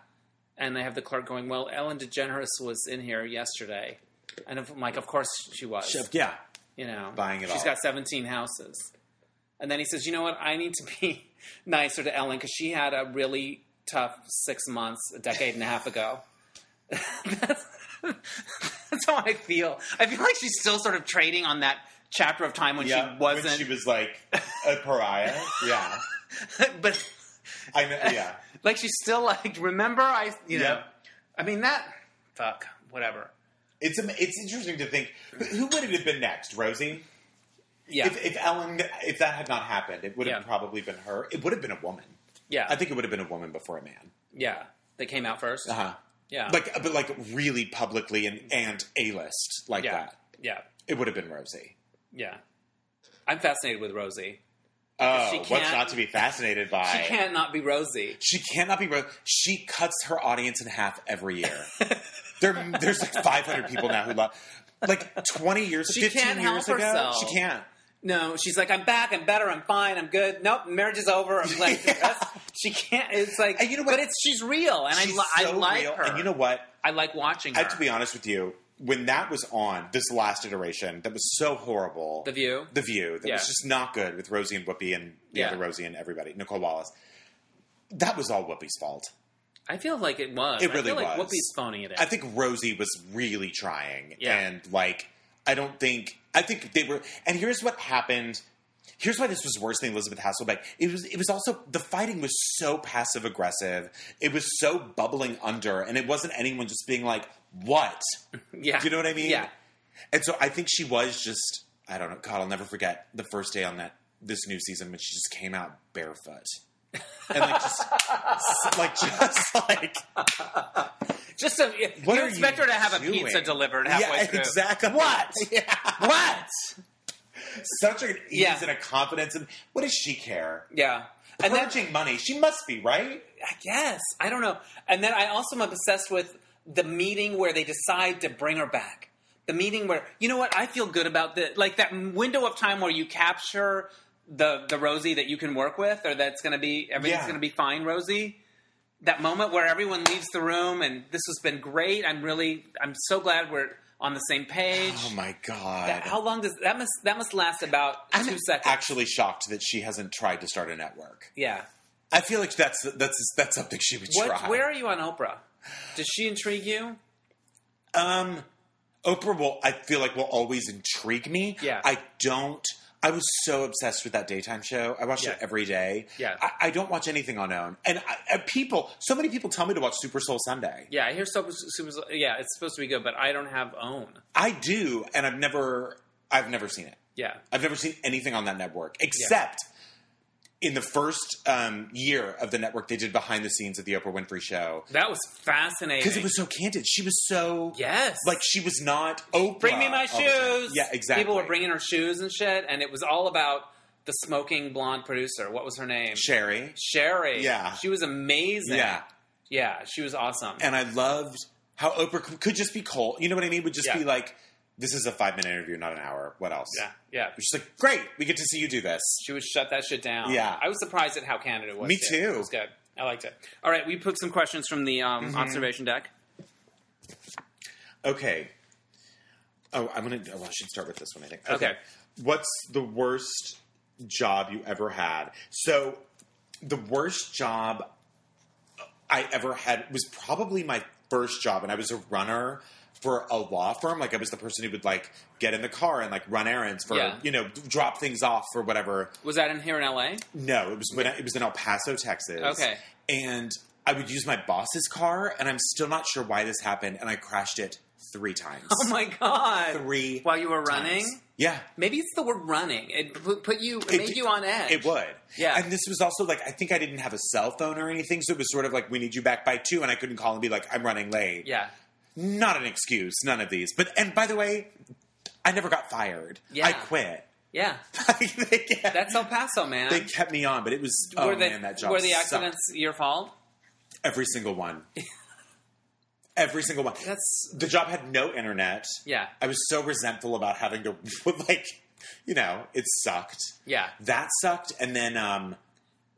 Speaker 1: And they have the clerk going, "Well, Ellen DeGeneres was in here yesterday," and I'm like, "Of course she was."
Speaker 2: She- yeah.
Speaker 1: you know,
Speaker 2: Buying it
Speaker 1: She's
Speaker 2: all.
Speaker 1: got 17 houses. And then he says, "You know what? I need to be (laughs) nicer to Ellen because she had a really tough six months a decade and a half ago." (laughs) that's, that's how I feel. I feel like she's still sort of trading on that chapter of time when
Speaker 2: Yeah.
Speaker 1: she wasn't,
Speaker 2: When she was like a pariah. yeah.
Speaker 1: (laughs) but
Speaker 2: I know. Yeah.
Speaker 1: like she's still like, "Remember, I you know."
Speaker 2: Yeah.
Speaker 1: I mean that. Fuck. Whatever.
Speaker 2: It's am- it's interesting to think who- who would it have been next, Rosie?
Speaker 1: Yeah.
Speaker 2: If, if Ellen, if that had not happened, it would have
Speaker 1: Yeah.
Speaker 2: probably been her. It would have been a woman.
Speaker 1: yeah.
Speaker 2: I think it would have been a woman before a man.
Speaker 1: yeah. They came out 1st
Speaker 2: Uh huh.
Speaker 1: Yeah.
Speaker 2: Like, but like really publicly and and a list like
Speaker 1: yeah.
Speaker 2: that.
Speaker 1: Yeah.
Speaker 2: It would have been Rosie.
Speaker 1: Yeah. I'm fascinated with Rosie.
Speaker 2: Oh,
Speaker 1: she
Speaker 2: what's
Speaker 1: can't-
Speaker 2: not to be fascinated by?
Speaker 1: (laughs) She can't not be Rosie.
Speaker 2: She cannot be. Ro- She cuts her audience in half
Speaker 1: (laughs)
Speaker 2: every year. there, there's like 500 people now who love. Like 20 years,
Speaker 1: She
Speaker 2: 15
Speaker 1: can't
Speaker 2: years
Speaker 1: help
Speaker 2: ago,
Speaker 1: herself.
Speaker 2: she can't.
Speaker 1: No, she's like, I'm back, I'm better, I'm fine, I'm good. Nope, marriage is over. I'm like,
Speaker 2: (laughs) Yeah.
Speaker 1: that's- she can't. It's like,
Speaker 2: And you know what?
Speaker 1: but it's she's real, and
Speaker 2: She's
Speaker 1: I, li-
Speaker 2: so
Speaker 1: I like
Speaker 2: real.
Speaker 1: her.
Speaker 2: And you know what?
Speaker 1: I like watching
Speaker 2: I
Speaker 1: her.
Speaker 2: have to be honest with you. When that was on, this last iteration, that was so horrible.
Speaker 1: the View.
Speaker 2: The View. That
Speaker 1: Yeah.
Speaker 2: was just not good with Rosie and Whoopi and the
Speaker 1: Yeah.
Speaker 2: other Rosie and everybody, Nicole Wallace. That was all Whoopi's fault.
Speaker 1: I feel like it was.
Speaker 2: It
Speaker 1: I
Speaker 2: really
Speaker 1: feel like
Speaker 2: was.
Speaker 1: Whoopi's phoning it in.
Speaker 2: I think Rosie was really trying.
Speaker 1: Yeah.
Speaker 2: And like, I don't think, I think they were, and here's what happened. Here's why this was worse than Elizabeth Hasselbeck. It was, it was also, the fighting was so passive aggressive. It was so bubbling under, and it wasn't anyone just being like, what?
Speaker 1: yeah.
Speaker 2: Do you know what I mean?
Speaker 1: Yeah.
Speaker 2: And so I think she was just, I don't know, God, I'll never forget the first day on that, this new season when she just came out barefoot. And like just, like just (laughs) like
Speaker 1: Just so
Speaker 2: What
Speaker 1: you
Speaker 2: are
Speaker 1: expect
Speaker 2: you
Speaker 1: her to have a
Speaker 2: doing?
Speaker 1: pizza delivered halfway
Speaker 2: yeah,
Speaker 1: through.
Speaker 2: exactly.
Speaker 1: What?
Speaker 2: (laughs) Yeah.
Speaker 1: What?
Speaker 2: such an ease
Speaker 1: Yeah.
Speaker 2: and a confidence. And what does she care?
Speaker 1: Yeah.
Speaker 2: And
Speaker 1: And then
Speaker 2: Purging money, she must be right.
Speaker 1: I guess I don't know. And then I also am obsessed with the meeting where they decide to bring her back. The meeting where you know what I feel good about the like that window of time where you capture the the Rosie that you can work with, or that's going to be everything's
Speaker 2: Yeah.
Speaker 1: going to be fine, Rosie. That moment where everyone leaves the room and this has been great. I'm really I'm so glad we're on the same page.
Speaker 2: Oh my god!
Speaker 1: That- how long does that must that must last about
Speaker 2: I'm
Speaker 1: two seconds?
Speaker 2: actually shocked that she hasn't tried to start a network.
Speaker 1: yeah.
Speaker 2: I feel like that's that's that's something she would
Speaker 1: What,
Speaker 2: try.
Speaker 1: where are you on Oprah? Does she intrigue you?
Speaker 2: Um, Oprah will. I feel like will always intrigue me.
Speaker 1: Yeah.
Speaker 2: I don't. I was so obsessed with that daytime show. I watched
Speaker 1: Yeah.
Speaker 2: it every day.
Speaker 1: Yeah.
Speaker 2: I, I don't watch anything on OWN. And I, uh, people, so many people tell me to watch Super Soul Sunday.
Speaker 1: Yeah, I hear Super, Super Yeah, it's supposed to be good, but I don't have own.
Speaker 2: I do, and I've never, I've never seen it.
Speaker 1: Yeah,
Speaker 2: I've never seen anything on that network except in the first um, year of the network they did behind the scenes of the Oprah Winfrey Show
Speaker 1: that was fascinating.
Speaker 2: because it was so candid. She was so
Speaker 1: yes,
Speaker 2: like she was not Oprah.
Speaker 1: bring me my
Speaker 2: all the time.
Speaker 1: shoes.
Speaker 2: Yeah, exactly.
Speaker 1: People were bringing her shoes and shit, and it was all about the smoking blonde producer. What was her name?
Speaker 2: Sherry.
Speaker 1: Sherry.
Speaker 2: Yeah.
Speaker 1: she was amazing.
Speaker 2: Yeah,
Speaker 1: yeah, she was awesome.
Speaker 2: and I loved how Oprah c- could just be cold. You know what I mean? Would just
Speaker 1: Yeah.
Speaker 2: be like, "This is a five minute interview, not an hour. What else?"
Speaker 1: yeah, yeah,
Speaker 2: She's like, "Great, we get to see you do this."
Speaker 1: she would shut that shit down.
Speaker 2: Yeah.
Speaker 1: I was surprised at how candid it was.
Speaker 2: Me too.
Speaker 1: It was good. I liked it. All right, we put some questions from the um,
Speaker 2: Mm-hmm.
Speaker 1: observation deck.
Speaker 2: Okay. Oh, I'm gonna. Well, I should start with this one. I think. Okay.
Speaker 1: Okay.
Speaker 2: What's the worst job you ever had? So, the worst job I ever had was probably my first job, and I was a runner for a law firm. Like, I was the person who would like get in the car and like run errands for
Speaker 1: Yeah.
Speaker 2: you know drop things off for whatever
Speaker 1: Was that in here in L.A.?
Speaker 2: no, it was when I, it was in El Paso, Texas.
Speaker 1: Okay.
Speaker 2: And I would use my boss's car, and I'm still not sure why this happened. And I crashed it three times.
Speaker 1: (laughs) Oh my god!
Speaker 2: Three
Speaker 1: While you were
Speaker 2: times.
Speaker 1: running.
Speaker 2: Yeah.
Speaker 1: Maybe it's the word running. It pu- put you, it,
Speaker 2: It
Speaker 1: made
Speaker 2: did-
Speaker 1: you on edge.
Speaker 2: It would.
Speaker 1: Yeah.
Speaker 2: And this was also like, I think I didn't have a cell phone or anything. So it was sort of like, we need you back by two. And I couldn't call and be like, I'm running late.
Speaker 1: Yeah.
Speaker 2: Not an excuse. None of these. But, and by the way, I never got fired.
Speaker 1: Yeah.
Speaker 2: I quit. (laughs)
Speaker 1: Yeah.
Speaker 2: they, kept,
Speaker 1: That's El Paso, man.
Speaker 2: they kept me on, but it was, oh man, that job
Speaker 1: were the
Speaker 2: sucked.
Speaker 1: accidents your fault?
Speaker 2: Every
Speaker 1: (laughs)
Speaker 2: single one. Every single one.
Speaker 1: That's
Speaker 2: the job had no internet.
Speaker 1: yeah,
Speaker 2: I was so resentful about having to (laughs) like, you know, it sucked.
Speaker 1: yeah.
Speaker 2: That sucked, and then um,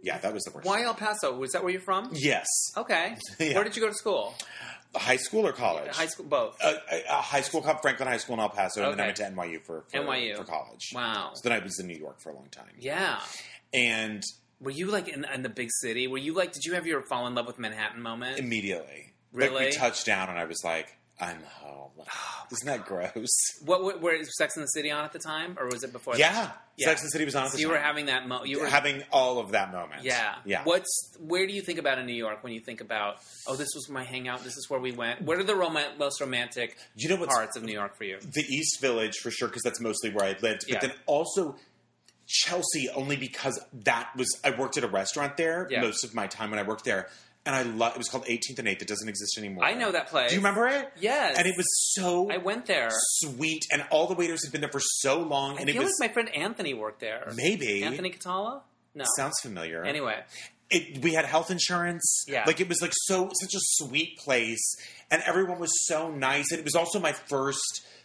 Speaker 2: yeah, that was the worst.
Speaker 1: Why El Paso? Was that where you're from?
Speaker 2: Yes,
Speaker 1: Okay.
Speaker 2: (laughs) Yeah.
Speaker 1: Where did you go to school?
Speaker 2: high school or college?
Speaker 1: High school, both.
Speaker 2: Uh, uh, uh, high school, com- Franklin High School in El Paso, and then I went
Speaker 1: Okay.
Speaker 2: to NYU for, for
Speaker 1: NYU.
Speaker 2: for college.
Speaker 1: Wow.
Speaker 2: So then I was in New York for a long time,
Speaker 1: Yeah.
Speaker 2: and
Speaker 1: Were you like in, in the big city? Were you like? Did you have your fall in love with Manhattan moment?
Speaker 2: immediately, like
Speaker 1: Really? Oh,
Speaker 2: we touched down, and I was like, I'm
Speaker 1: (sighs)
Speaker 2: home. Isn't that gross?
Speaker 1: what were, were Sex in the City on at the time, or was it before?
Speaker 2: Yeah.
Speaker 1: Yeah.
Speaker 2: Sex and the City was on. at
Speaker 1: That? So
Speaker 2: the
Speaker 1: you were
Speaker 2: time.
Speaker 1: having that. Mo- you were
Speaker 2: having all of that moment.
Speaker 1: Yeah.
Speaker 2: yeah.
Speaker 1: What's where do you think about in New York when you think about oh this was my hangout this is where we went what are the roman- most romantic
Speaker 2: You know what's Uh,
Speaker 1: parts of New York for you?
Speaker 2: the East Village for sure because that's mostly where I lived. But
Speaker 1: Yeah.
Speaker 2: then also Chelsea only because that was I worked at a restaurant there
Speaker 1: Yeah.
Speaker 2: most of my time when I worked there, and I love it was called 18th and 8th. It doesn't exist anymore.
Speaker 1: I know that place.
Speaker 2: Do you remember it?
Speaker 1: Yes.
Speaker 2: And it was so
Speaker 1: I went there.
Speaker 2: sweet, and all the waiters had been there for so long,
Speaker 1: I
Speaker 2: and it
Speaker 1: feel
Speaker 2: was
Speaker 1: like my friend Anthony worked there.
Speaker 2: maybe
Speaker 1: Anthony Catala? No.
Speaker 2: sounds familiar.
Speaker 1: anyway,
Speaker 2: it, we had health insurance.
Speaker 1: Yeah.
Speaker 2: Like it was like so such a sweet place and everyone was so nice. And it was also my first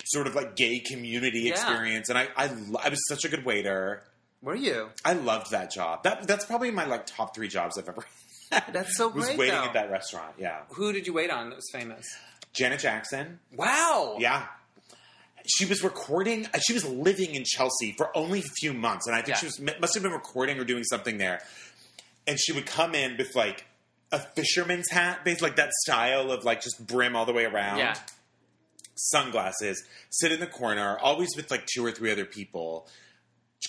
Speaker 2: sort of like gay community
Speaker 3: Yeah.
Speaker 2: experience. And I, I, lo- I was such a good waiter.
Speaker 3: Were you?
Speaker 2: I loved that job. That that's probably my like top three jobs I've ever. (laughs) had.
Speaker 3: That's so
Speaker 2: was
Speaker 3: great,
Speaker 2: waiting
Speaker 3: though.
Speaker 2: at that restaurant. Yeah,
Speaker 1: Who did you wait on that was famous?
Speaker 2: Janet Jackson.
Speaker 3: Wow.
Speaker 2: Yeah. She was recording. uh, She was living in Chelsea for only a few months, and I think
Speaker 3: Yeah.
Speaker 2: she was must have been recording or doing something there. And she would come in with like a fisherman's hat, based like that style of like just brim all the way around,
Speaker 3: Yeah.
Speaker 2: sunglasses, sit in the corner, always with like two or three other people.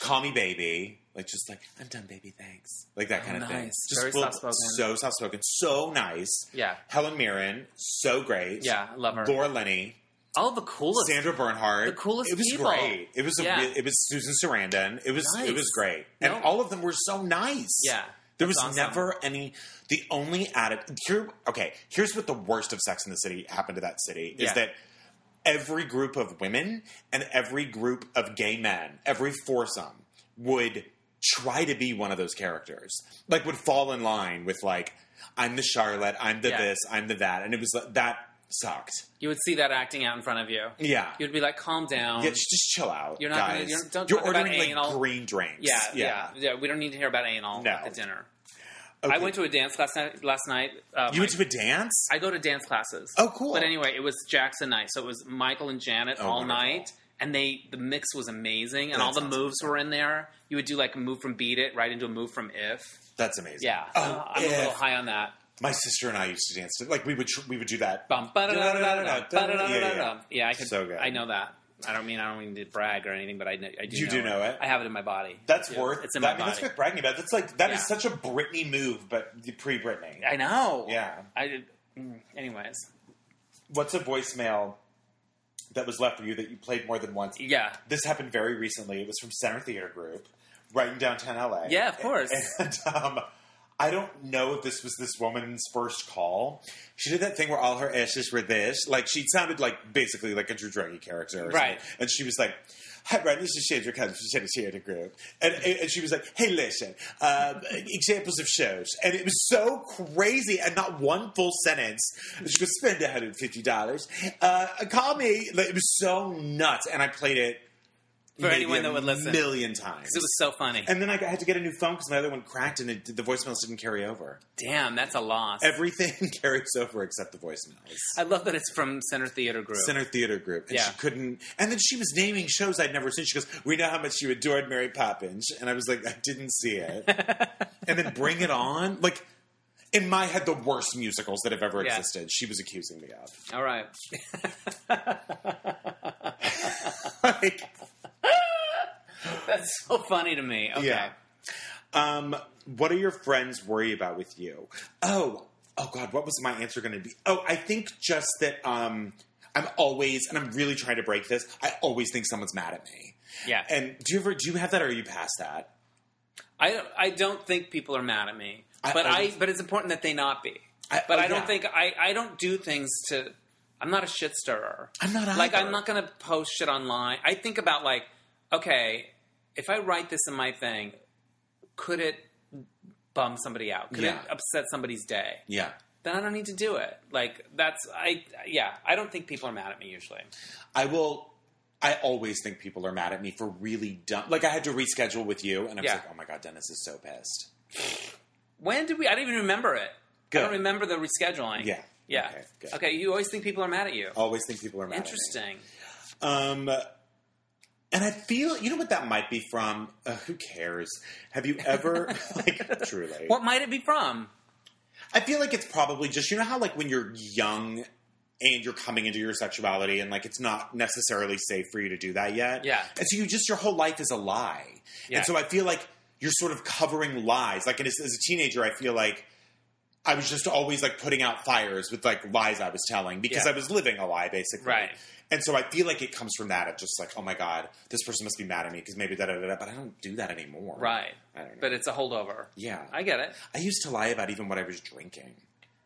Speaker 2: Call me baby, like just like I'm done, baby, thanks, like that kind of thing.
Speaker 1: nice.
Speaker 2: Just
Speaker 3: Oh, Very
Speaker 2: full-
Speaker 3: soft-spoken.
Speaker 2: so soft spoken, so nice.
Speaker 3: Yeah.
Speaker 2: Helen Mirren, so great.
Speaker 3: Yeah, I love her.
Speaker 2: Laura Linney.
Speaker 3: All the coolest.
Speaker 2: Sandra Bernhard.
Speaker 3: the coolest
Speaker 2: It was
Speaker 3: people.
Speaker 2: great. It was a
Speaker 3: Yeah.
Speaker 2: re- it was Susan Sarandon. It was
Speaker 3: Nice.
Speaker 2: it was great,
Speaker 3: No.
Speaker 2: and all of them were so nice.
Speaker 3: Yeah,
Speaker 2: There was
Speaker 3: that's awesome.
Speaker 2: never any. The only added here. Okay, here's what the worst of Sex in the City happened to that city
Speaker 3: Yeah.
Speaker 2: is that every group of women and every group of gay men, every foursome would try to be one of those characters. Like would fall in line with like I'm the Charlotte, I'm the
Speaker 3: Yeah.
Speaker 2: this, I'm the that, and it was like, that sucked.
Speaker 1: You would see that acting out in front of you.
Speaker 2: Yeah.
Speaker 1: You'd be like, calm down.
Speaker 2: Yeah, just, just chill out.
Speaker 1: Um, You're not gonna-
Speaker 2: guys.
Speaker 1: you're- don't
Speaker 2: You're
Speaker 1: talk about
Speaker 2: ordering like
Speaker 1: anal.
Speaker 2: green drinks.
Speaker 1: yeah, yeah, yeah, We don't need to hear about anal
Speaker 2: No.
Speaker 1: at the dinner.
Speaker 2: Okay.
Speaker 1: I went to a dance last night. Last night, uh, my-
Speaker 2: You went to a dance?
Speaker 1: I go to dance classes.
Speaker 2: Oh, cool.
Speaker 1: But anyway, it was Jackson night, so it was Michael and Janet
Speaker 2: Oh,
Speaker 1: all
Speaker 2: wonderful.
Speaker 1: night, and they the mix was amazing, and
Speaker 2: That
Speaker 1: all the
Speaker 2: sounds
Speaker 1: moves were in there. You would do like a move from Beat It right into a move from If.
Speaker 2: That's amazing.
Speaker 1: Yeah,
Speaker 2: Oh,
Speaker 1: Uh, I'm a
Speaker 2: yeah.
Speaker 1: little high on that.
Speaker 2: My sister and I used to dance. to- Like we would tr- we would do that.
Speaker 1: Bum, ba-da-da-da-da-da,
Speaker 2: Yeah,
Speaker 1: ba-da-da-da-da-da.
Speaker 2: yeah.
Speaker 1: Yeah, I could.
Speaker 2: So good.
Speaker 1: I know that. I don't mean I don't mean to brag or anything, but I, kn- I do.
Speaker 2: You do know it.
Speaker 1: I have it in my body.
Speaker 2: That's
Speaker 1: Yeah,
Speaker 2: worth.
Speaker 1: It's in my
Speaker 2: that- I mean, that's
Speaker 1: body.
Speaker 2: worth bragging about. That's like that is
Speaker 1: Yeah.
Speaker 2: such a Britney move, but pre Britney.
Speaker 1: I know.
Speaker 2: Yeah.
Speaker 1: I did. mm, Anyways,
Speaker 2: What's a voicemail that was left for you that you played more than once?
Speaker 1: yeah.
Speaker 2: This happened very recently. It was from Center Theater Group, right in downtown LA.
Speaker 1: Yeah, of course.
Speaker 2: And, um, I don't know if this was this woman's first call. She did that thing where all her ashes were this. Like she sounded like basically like a Drew Draghi character, or
Speaker 1: Right.
Speaker 2: something. And she was like. Hi, Brian. This is Sandra Cousins from Center Theater Group. And, and she was like, hey, listen, um, examples of shows. And it was so crazy and not one full sentence. And she goes, spend $150. Uh, call me. Like, it was so nuts. And I played it
Speaker 1: For
Speaker 2: maybe
Speaker 1: anyone
Speaker 2: a
Speaker 1: that would listen.
Speaker 2: million times.
Speaker 1: 'Cause it was so funny.
Speaker 2: And then I had to get a new phone because my other one cracked and it, the voicemails didn't carry over.
Speaker 1: Damn, that's a loss.
Speaker 2: Everything (laughs) carries over except the voicemails.
Speaker 1: I love that it's from Center Theater Group.
Speaker 2: Center Theater Group. And
Speaker 1: Yeah.
Speaker 2: she couldn't. And then she was naming shows I'd never seen. She goes, We know how much you adored Mary Poppins. And I was like, I didn't
Speaker 1: (laughs)
Speaker 2: see it. and then Bring It On. Like, in my head, the worst musicals that have ever
Speaker 1: Yeah.
Speaker 2: existed, she was accusing me of.
Speaker 1: All
Speaker 2: (laughs)
Speaker 1: right. (laughs)
Speaker 2: Like,
Speaker 1: That's so funny to me. Okay.
Speaker 2: Yeah. Um, what do your friends worry about with you? Oh, oh God, what was my answer going to be? Oh, I think just that um, I'm always, and I'm really trying to break this. I always think someone's mad at me.
Speaker 1: Yeah.
Speaker 2: And do you ever do you have that, or are you past that?
Speaker 1: I don't, I don't think people are mad at me,
Speaker 2: I-
Speaker 1: but
Speaker 2: I
Speaker 1: I,
Speaker 2: just-
Speaker 1: but it's important that they not be.
Speaker 2: I-
Speaker 1: but
Speaker 2: oh,
Speaker 1: I don't
Speaker 2: yeah.
Speaker 1: think I, I don't do things to. I'm not a shit stirrer.
Speaker 2: I'm not
Speaker 1: like
Speaker 2: either.
Speaker 1: I'm not going to post shit online. I think about like, okay, if I write this in my thing, could it bum somebody out? Could
Speaker 2: Yeah.
Speaker 1: it upset somebody's day?
Speaker 2: Yeah,
Speaker 1: Then I don't need to do it. Like that's I yeah. I don't think people are mad at me usually.
Speaker 2: I will. I always think people are mad at me for really dumb. Like I had to reschedule with you, and I was
Speaker 1: Yeah.
Speaker 2: like, oh my God, Dennis is so pissed.
Speaker 1: When did we? I don't even remember it. I
Speaker 2: Good.
Speaker 1: don't remember the rescheduling.
Speaker 2: Yeah.
Speaker 1: Yeah.
Speaker 2: Okay,
Speaker 1: Okay.
Speaker 2: good.
Speaker 1: you always think people are mad at you.
Speaker 2: Always think people are mad. At me.
Speaker 1: Interesting.
Speaker 2: Um, and I feel you know what that might be from. Uh, who cares? Have you ever like truly?
Speaker 1: What might it be from?
Speaker 2: I feel like it's probably just you know how like when you're young and you're coming into your sexuality and like it's not necessarily safe for you to do that yet.
Speaker 1: Yeah.
Speaker 2: And so you just your whole life is a lie.
Speaker 1: Yeah.
Speaker 2: And so I feel like you're sort of covering lies. Like and as, as a teenager, I feel like I was just always like putting out fires with like lies I was telling because
Speaker 1: Yeah.
Speaker 2: I was living a lie basically.
Speaker 1: Right.
Speaker 2: And so I feel like it comes from that of just like, oh my God, this person must be mad at me because maybe da da da da, but I don't do that anymore.
Speaker 1: Right.
Speaker 2: I don't know.
Speaker 1: But it's a holdover.
Speaker 2: yeah.
Speaker 1: I get it.
Speaker 2: I used to lie about even what I was drinking.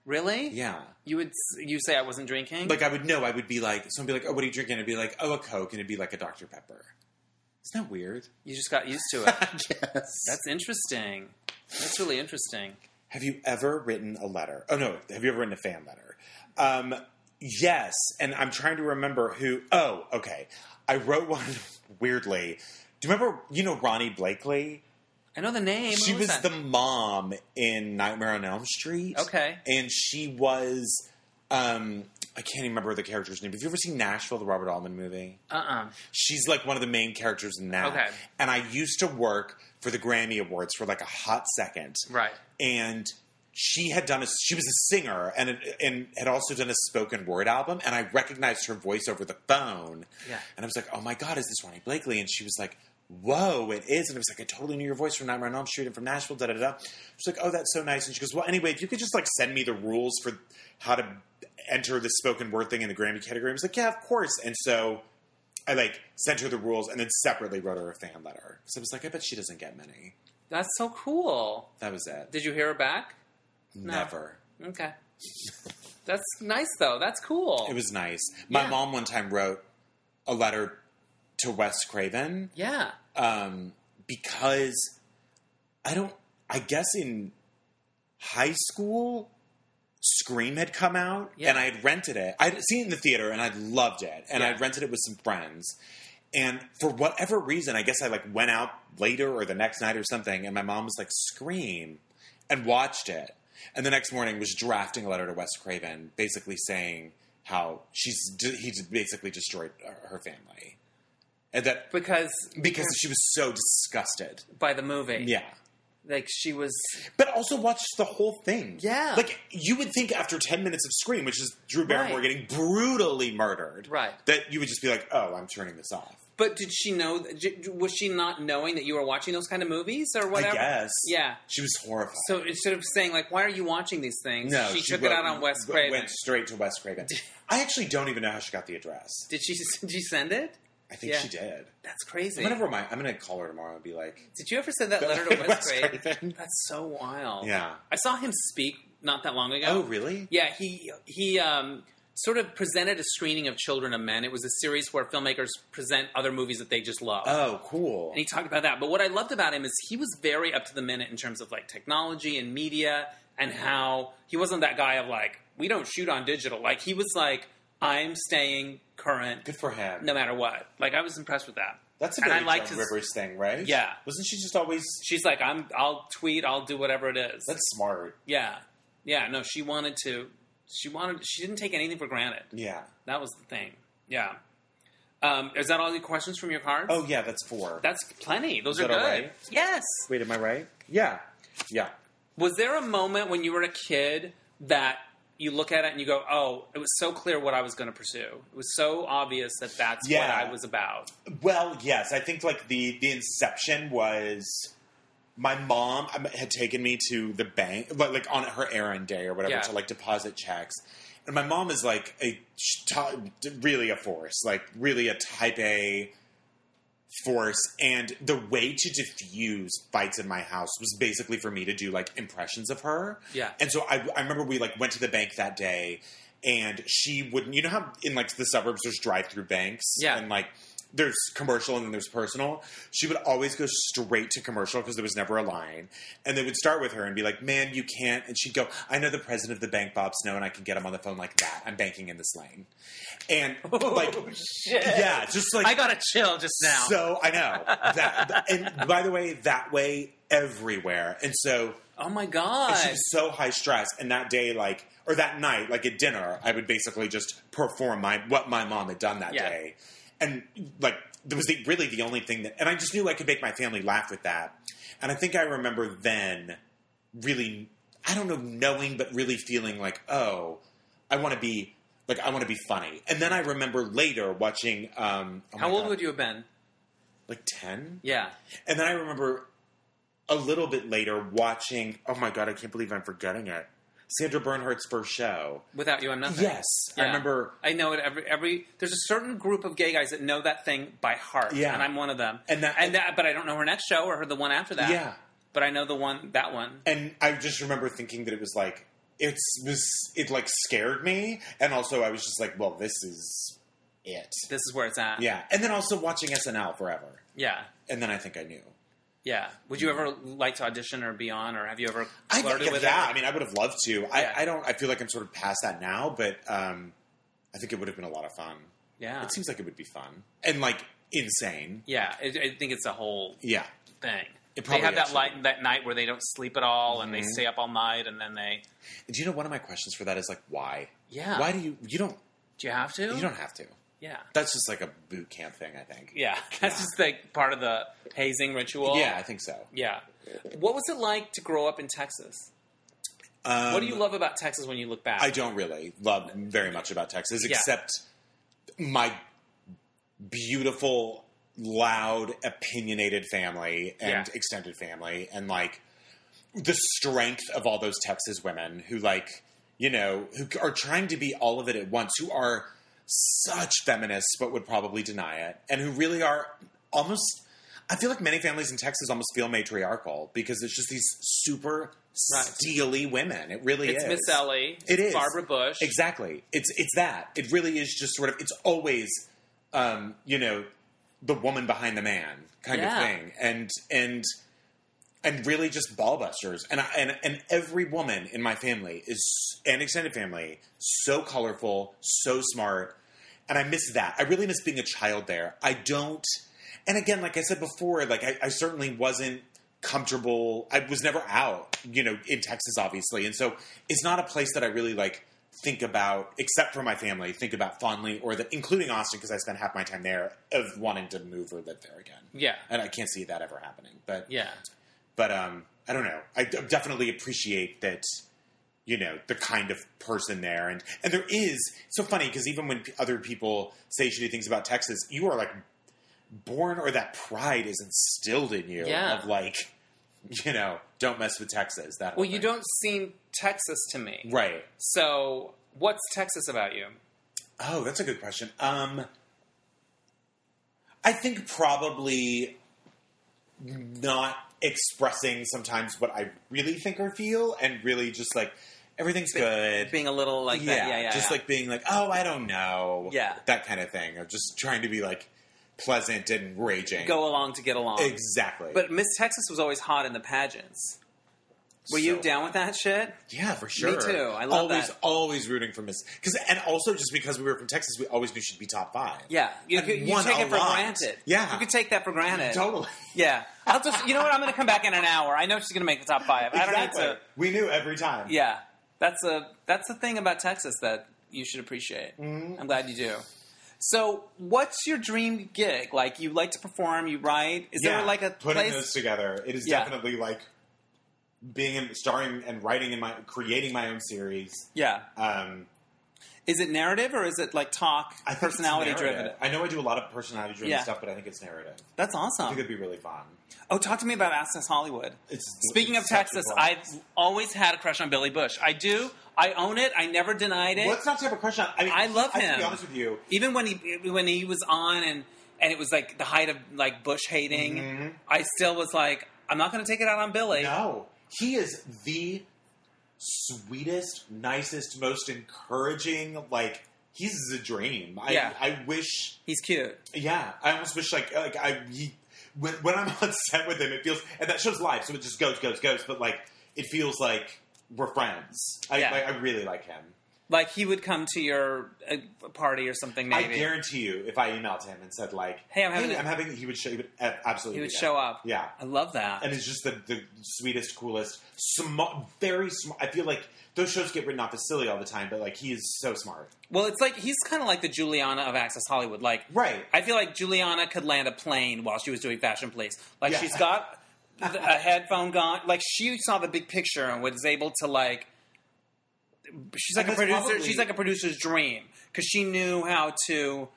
Speaker 1: Really?
Speaker 2: Yeah.
Speaker 1: You would s- you say I wasn't drinking?
Speaker 2: Like I would know, I would be like, someone would be like, "Oh, what are you drinking?" I'd be like, "Oh, a Coke," and it'd be like a Dr Pepper. Isn't that weird? (laughs)
Speaker 1: you just got used to it.
Speaker 2: yes.
Speaker 1: That's interesting. That's really interesting.
Speaker 2: Have you ever written a letter? Oh no, have you ever written a fan letter? Um, Yes, and I'm trying to remember who. Oh, okay. I wrote one (laughs) weirdly. Do you remember? You know Ronnie Blakely.
Speaker 1: I know the name.
Speaker 2: she
Speaker 1: Who
Speaker 2: was
Speaker 1: that?
Speaker 2: the mom in Nightmare on Elm Street.
Speaker 1: Okay.
Speaker 2: and she was. Um, I can't even remember the character's name. Have you ever seen Nashville, the Robert Altman movie?
Speaker 1: Uh-uh.
Speaker 2: She's like one of the main characters in that.
Speaker 1: Okay.
Speaker 2: And I used to work for the Grammy Awards for like a hot second
Speaker 1: Right.
Speaker 2: and she had done a she was a singer and and had also done a spoken word album and I recognized her voice over the phone.
Speaker 1: Yeah.
Speaker 2: And I was like, "Oh my god, is this Ronnie Blakely?" And she was like, "Whoa, it is." And I was like, "I totally knew your voice from Nightmare on Elm Street and from Nashville." Da da da. She's like, "Oh, that's so nice." And she goes, "Well, anyway, if you could just like send me the rules for how to enter the spoken word thing in the Grammy category." I was like, "Yeah, of course." And so I like sent her the rules and then separately wrote her a fan letter. So I was like, "I bet she doesn't get many."
Speaker 1: That's so cool.
Speaker 2: That was it.
Speaker 1: Did you hear her back?
Speaker 2: Never.
Speaker 1: Okay. That's nice though. That's cool.
Speaker 2: It was nice. My
Speaker 1: Yeah.
Speaker 2: mom one time wrote a letter to Wes Craven
Speaker 1: yeah.
Speaker 2: um, because I don't, I guess in high school, Scream had come out
Speaker 1: Yeah.
Speaker 2: and I had rented it. I'd seen it in the theater and I loved it. And
Speaker 1: Yeah.
Speaker 2: I rented it with some friends. And for whatever reason, I guess I like went out later or the next night or something. And my mom was like, Scream and watched it. And the next morning was drafting a letter to Wes Craven, basically saying how she's he's basically destroyed her- her family, and that
Speaker 1: Because
Speaker 2: because she was so disgusted.
Speaker 1: by the movie.
Speaker 2: Yeah.
Speaker 1: Like she was
Speaker 2: But also watched the whole thing.
Speaker 1: Yeah.
Speaker 2: Like you would think after ten minutes of Scream, which is Drew Barrymore
Speaker 1: Right.
Speaker 2: getting brutally murdered,
Speaker 1: Right.
Speaker 2: That you would just be like, "Oh, I'm turning this off."
Speaker 1: But did she know j- j- was she not knowing that you were watching those kind of movies or whatever?
Speaker 2: I guess.
Speaker 1: Yeah.
Speaker 2: She was horrified.
Speaker 1: So instead of saying like, "Why are you watching these things?"
Speaker 2: no,
Speaker 1: she, took it
Speaker 2: wrote-
Speaker 1: out on Wes
Speaker 2: w-
Speaker 1: Craven.
Speaker 2: Went straight to Wes
Speaker 1: (laughs)
Speaker 2: Craven. I actually don't even know how she got the address.
Speaker 1: Did she? (laughs) Did she send it?
Speaker 2: I think
Speaker 1: Yeah.
Speaker 2: she did.
Speaker 1: That's crazy.
Speaker 2: I'm gonna remind. I'm gonna call her tomorrow and be like,
Speaker 1: Did you ever send that letter to Wes
Speaker 2: (laughs) Wes
Speaker 1: Craven?
Speaker 2: Craven.
Speaker 1: That's so wild.
Speaker 2: Yeah.
Speaker 1: I saw him speak not that long ago.
Speaker 2: Oh, really?
Speaker 1: Yeah, he he um, sort of presented a screening of Children of Men. It was a series where filmmakers present other movies that they just love.
Speaker 2: Oh, cool.
Speaker 1: and he talked about that. But what I loved about him is he was very up to the minute in terms of like technology and media and how he wasn't that guy of like we don't shoot on digital. Like he was like I'm staying current
Speaker 2: Good for him.
Speaker 1: no matter what. Like I was impressed with that.
Speaker 2: That's a
Speaker 1: and
Speaker 2: very
Speaker 1: I liked
Speaker 2: Joan
Speaker 1: his-
Speaker 2: Rivers thing, right?
Speaker 1: Yeah.
Speaker 2: Wasn't she just always?
Speaker 1: She's like I'm I'll tweet, I'll do whatever it is.
Speaker 2: That's smart.
Speaker 1: yeah. Yeah, no, she wanted to she wanted she didn't take anything for granted.
Speaker 2: Yeah.
Speaker 1: That was the thing. Yeah. Um, is that all your questions from your cards?
Speaker 2: Oh yeah, that's four.
Speaker 1: That's plenty. Those
Speaker 2: Is
Speaker 1: are
Speaker 2: that
Speaker 1: good.
Speaker 2: all right?
Speaker 1: Yes.
Speaker 2: Wait, am I right? Yeah. Yeah.
Speaker 1: Was there a moment when you were a kid that you look at it and you go, "Oh, it was so clear what I was going to pursue. It was so obvious that that's what
Speaker 2: Yeah.
Speaker 1: I was about."
Speaker 2: Well, yes, I think like the the inception was my mom um, had taken me to the bank like, like on her errand day or whatever
Speaker 1: Yeah.
Speaker 2: to like deposit checks. And my mom is like a sh- t- really a force, like really a type A force and the way to diffuse fights in my house was basically for me to do like impressions of her
Speaker 1: Yeah.
Speaker 2: and so I, I remember we like went to the bank that day and she wouldn't you know how in like the suburbs there's drive-through banks
Speaker 1: Yeah.
Speaker 2: and like there's commercial and then there's personal she would always go straight to commercial because there was never a line and they would start with her and be like man you can't and she'd go i know the president of the bank bob snow and i can get him on the phone like that i'm banking in this lane and like
Speaker 1: (laughs) oh shit!
Speaker 2: yeah just like
Speaker 1: I got a chill just now.
Speaker 2: so I know that, and by the way, that way everywhere. And so
Speaker 1: oh my god!
Speaker 2: she was so high stress, and that day, like or that night, like at dinner, I would basically just perform my what my mom had done that
Speaker 1: Yeah.
Speaker 2: day, and like there was the, really the only thing that, and I just knew I could make my family laugh with that, and I think I remember then really, I don't know, knowing, but really feeling like, oh, I want to be. Like I want to be funny, and then I remember later watching. Um, oh
Speaker 1: How
Speaker 2: my
Speaker 1: old
Speaker 2: God,
Speaker 1: would you have been?
Speaker 2: Like ten.
Speaker 1: Yeah.
Speaker 2: And then I remember a little bit later watching. Oh my god, I can't believe I'm forgetting it. Sandra Bernhardt's first show.
Speaker 1: Without you, I'm nothing.
Speaker 2: Yes, I
Speaker 1: Yeah.
Speaker 2: remember.
Speaker 1: I know it every every. There's a certain group of gay guys that know that thing by heart.
Speaker 2: Yeah.
Speaker 1: and I'm one of them.
Speaker 2: And that-
Speaker 1: and that, but I don't know her next show or her the one after that.
Speaker 2: Yeah,
Speaker 1: but I know the one that one.
Speaker 2: and I just remember thinking that it was like it was it like scared me, and also I was just like, well, this is it.
Speaker 1: This is where it's at.
Speaker 2: Yeah, and then also watching SNL forever,
Speaker 1: yeah,
Speaker 2: and then I think I knew.
Speaker 1: yeah. Would you ever like to audition or be on, or have you ever
Speaker 2: I
Speaker 1: flirted
Speaker 2: think,
Speaker 1: with
Speaker 2: yeah, I
Speaker 1: it?
Speaker 2: mean, I would have loved to.
Speaker 1: Yeah.
Speaker 2: I, I don't. I feel like I'm sort of past that now, but um, I think it would have been a lot of fun.
Speaker 1: Yeah.
Speaker 2: It seems like it would be fun and like insane.
Speaker 1: yeah, I, I think it's a whole
Speaker 2: Yeah,
Speaker 1: thing. They
Speaker 2: It probably
Speaker 1: have that
Speaker 2: actually-
Speaker 1: light, that night where they don't sleep at all and they
Speaker 2: Mhm.
Speaker 1: stay up all night and then they
Speaker 2: Do you know one of my questions for that is like why?
Speaker 1: yeah.
Speaker 2: Why do you you don't
Speaker 1: do you have to?
Speaker 2: you don't have to?
Speaker 1: yeah.
Speaker 2: That's just like a boot camp thing, I think.
Speaker 1: Yeah, (laughs) that's just like part of the hazing ritual.
Speaker 2: yeah, I think so.
Speaker 1: yeah. What was it like to grow up in Texas?
Speaker 2: Um,
Speaker 1: what do you love about Texas when you look back?
Speaker 2: I don't really love very much about Texas,
Speaker 1: Yeah.
Speaker 2: except my beautiful, loud, opinionated family and
Speaker 1: Yeah.
Speaker 2: extended family, and like the strength of all those Texas women who, like, you know, who are trying to be all of it at once, who are such feminists but would probably deny it, and who really are almost. I feel like many families in Texas almost feel matriarchal because it's just these super
Speaker 1: Right.
Speaker 2: steely women. It really
Speaker 1: It's
Speaker 2: is.
Speaker 1: Miss Ellie.
Speaker 2: It
Speaker 1: it's
Speaker 2: is.
Speaker 1: Barbara Bush.
Speaker 2: Exactly. It's it's that. It really is just sort of it's always um, you know, the woman behind the man kind
Speaker 1: Yeah.
Speaker 2: of thing. And and and really just ballbusters. And I, and and every woman in my family is and extended family so colorful, so smart. And I miss that. I really miss being a child there. I don't and again, like I said before, like I, I certainly wasn't comfortable. I was never out, you know, in Texas, obviously, and so it's not a place that I really like think about, except for my family, think about fondly, or that including Austin because I spent half my time there of wanting to move or live there again,
Speaker 1: Yeah.
Speaker 2: and I can't see that ever happening. But
Speaker 1: Yeah.
Speaker 2: but um, I don't know. I d- definitely appreciate that. You know the kind of person there, and and there is it's so funny because even when p- other people say shitty things about Texas, you are like born or that pride is instilled in you
Speaker 1: Yeah.
Speaker 2: of like, you know, don't mess with Texas. That
Speaker 1: Well,
Speaker 2: whole
Speaker 1: you
Speaker 2: thing.
Speaker 1: don't seem Texas to me.
Speaker 2: right?
Speaker 1: So, what's Texas about you?
Speaker 2: Oh, that's a good question. Um, I think probably not expressing sometimes what I really think or feel, and really just like everything's good.
Speaker 1: Being a little like that. Yeah, yeah.
Speaker 2: just
Speaker 1: yeah.
Speaker 2: like being like, oh, I don't know,
Speaker 1: Yeah.
Speaker 2: that kind of thing. Of just trying to be like pleasant and raging.
Speaker 1: go along to get along.
Speaker 2: exactly.
Speaker 1: But Miss Texas was always hot in the pageants. Were you
Speaker 2: So-
Speaker 1: down with that shit?
Speaker 2: Yeah, for sure.
Speaker 1: too. I love
Speaker 2: always,
Speaker 1: that.
Speaker 2: always rooting for Miss because, and also just because we were from Texas, we always knew she'd be top five.
Speaker 1: Yeah, you,
Speaker 2: And
Speaker 1: could, you
Speaker 2: won
Speaker 1: take
Speaker 2: a
Speaker 1: it for
Speaker 2: lot.
Speaker 1: granted.
Speaker 2: Yeah.
Speaker 1: you could take that for granted.
Speaker 2: totally.
Speaker 1: Yeah, I'll just. You know what? I'm going to come back in an hour. I know she's going to make the top five. I don't need
Speaker 2: exactly.
Speaker 1: to.
Speaker 2: We knew every time.
Speaker 1: Yeah, that's a that's the thing about Texas that you should appreciate.
Speaker 2: Mm-hmm.
Speaker 1: I'm glad you do. So, what's your dream gig? Like, you like to perform, you write. Is
Speaker 2: yeah.
Speaker 1: there like a
Speaker 2: putting
Speaker 1: place?
Speaker 2: those together? It is
Speaker 1: Yeah.
Speaker 2: definitely like being in, starring and writing in my creating my own series.
Speaker 1: yeah,
Speaker 2: Um,
Speaker 1: is it narrative or is it like talk,
Speaker 2: I think it's
Speaker 1: personality driven?
Speaker 2: narrative. I know I do a lot of personality driven
Speaker 1: Yeah.
Speaker 2: stuff, but I think it's narrative.
Speaker 1: That's
Speaker 2: I think
Speaker 1: awesome.
Speaker 2: it'd be really fun.
Speaker 1: Oh, talk to me about Access Hollywood.
Speaker 2: It's
Speaker 1: Um, Speaking
Speaker 2: it's
Speaker 1: of
Speaker 2: such a
Speaker 1: Texas,
Speaker 2: blast.
Speaker 1: I've always had a crush on Billy Bush. I do. I own it. I never denied it.
Speaker 2: let's not have a question. I, mean,
Speaker 1: I love
Speaker 2: I have to
Speaker 1: him.
Speaker 2: be honest with you.
Speaker 1: Even when he when he was on and and it was like the height of like Bush hating,
Speaker 2: Mhm.
Speaker 1: I still was like, I'm not going to take it out on Billy.
Speaker 2: No, he is the sweetest, nicest, most encouraging. Like he's a dream. I,
Speaker 1: Yeah.
Speaker 2: I wish.
Speaker 1: He's cute.
Speaker 2: Yeah, I almost wish like like I he, when when I'm (laughs) on set with him, it feels and that show's live, so it just goes, goes, goes. But like it feels like we're friends. I
Speaker 1: Yeah.
Speaker 2: like, I really like him.
Speaker 1: Like he would come to your uh, party or something.
Speaker 2: I
Speaker 1: Maybe
Speaker 2: guarantee you, if I emailed him and said like,
Speaker 1: Hey, I'm having a-
Speaker 2: he would show, he would a- absolutely
Speaker 1: he would
Speaker 2: do that.
Speaker 1: show up.
Speaker 2: Yeah,
Speaker 1: I love that.
Speaker 2: and it's just the, the sweetest, coolest, smart, very smart. I feel like those shows get written off as silly all the time, but like he is so smart.
Speaker 1: well, it's like he's kind of like the Juliana of Access Hollywood. Like
Speaker 2: Right.
Speaker 1: I feel like Juliana could land a plane while she was doing Fashion Police. Like
Speaker 2: Yeah.
Speaker 1: she's
Speaker 2: (laughs)
Speaker 1: got a headphone gone. Like she saw the big picture and was able to like. She's like
Speaker 2: And
Speaker 1: a
Speaker 2: that's
Speaker 1: producer.
Speaker 2: probably-
Speaker 1: she's like a producer's dream because she knew how to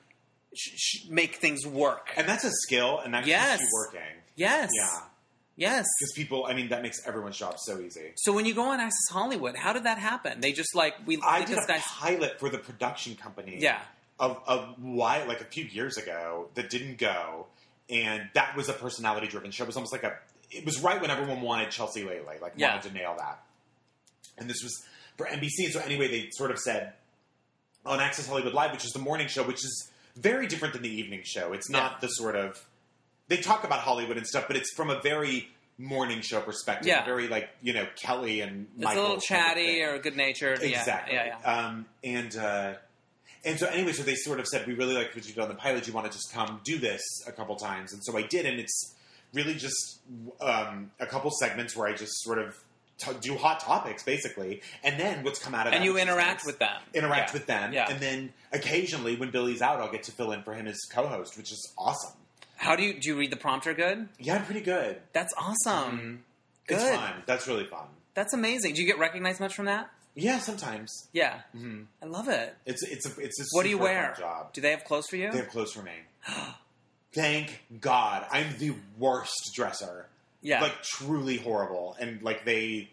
Speaker 1: sh- sh- make things work.
Speaker 2: and that's a skill, and that keeps
Speaker 1: Yes.
Speaker 2: you working.
Speaker 1: yes.
Speaker 2: Yeah,
Speaker 1: Yes.
Speaker 2: because people. I mean, that makes everyone's job so easy.
Speaker 1: So when you go on Access Hollywood, how did that happen? They just like we
Speaker 2: I
Speaker 1: like
Speaker 2: did
Speaker 1: this
Speaker 2: a
Speaker 1: guy's
Speaker 2: pilot for the production company.
Speaker 1: Yeah.
Speaker 2: Of a why like a few years ago that didn't go, and that was a personality driven show. It was almost like a. It was right when everyone wanted Chelsea Lately, like
Speaker 1: Yeah.
Speaker 2: wanted to nail that. And this was for NBC. And so anyway, they sort of said on Access Hollywood Live, which is the morning show, which is very different than the evening show. It's not
Speaker 1: Yeah.
Speaker 2: the sort of they talk about Hollywood and stuff, but it's from a very morning show perspective.
Speaker 1: Yeah.
Speaker 2: Very like you know Kelly and
Speaker 1: it's a
Speaker 2: Michael
Speaker 1: little
Speaker 2: kind of
Speaker 1: chatty
Speaker 2: thing.
Speaker 1: or good natured.
Speaker 2: Exactly. Uh,
Speaker 1: Yeah. Yeah. yeah.
Speaker 2: Um, and uh, And so anyway, so they sort of said, we really like what you did on the pilot. Do you want to just come do this a couple times? And so I did, and it's really just um, a couple segments where I just sort of t- do hot topics basically, and then what's come out of
Speaker 1: and
Speaker 2: that,
Speaker 1: you
Speaker 2: which is
Speaker 1: interact
Speaker 2: nice.
Speaker 1: with them.
Speaker 2: interact
Speaker 1: Yeah.
Speaker 2: with them,
Speaker 1: Yeah.
Speaker 2: and then occasionally when Billy's out, I'll get to fill in for him as co-host, which is awesome.
Speaker 1: How do you do? You read the prompter good?
Speaker 2: Yeah, I'm pretty good.
Speaker 1: That's awesome. Mm-hmm. Good.
Speaker 2: Mm-hmm. It's fun. That's really fun.
Speaker 1: That's amazing. Do you get recognized much from that?
Speaker 2: Yeah, sometimes
Speaker 1: Yeah,
Speaker 2: Mhm.
Speaker 1: I love it.
Speaker 2: it's it's a it's a
Speaker 1: Mm-hmm. What do you
Speaker 2: super fun
Speaker 1: wear?
Speaker 2: Job.
Speaker 1: Do they have clothes for you?
Speaker 2: They have clothes for me. Thank God, I'm the worst dresser.
Speaker 1: yeah.
Speaker 2: Like truly horrible, and like they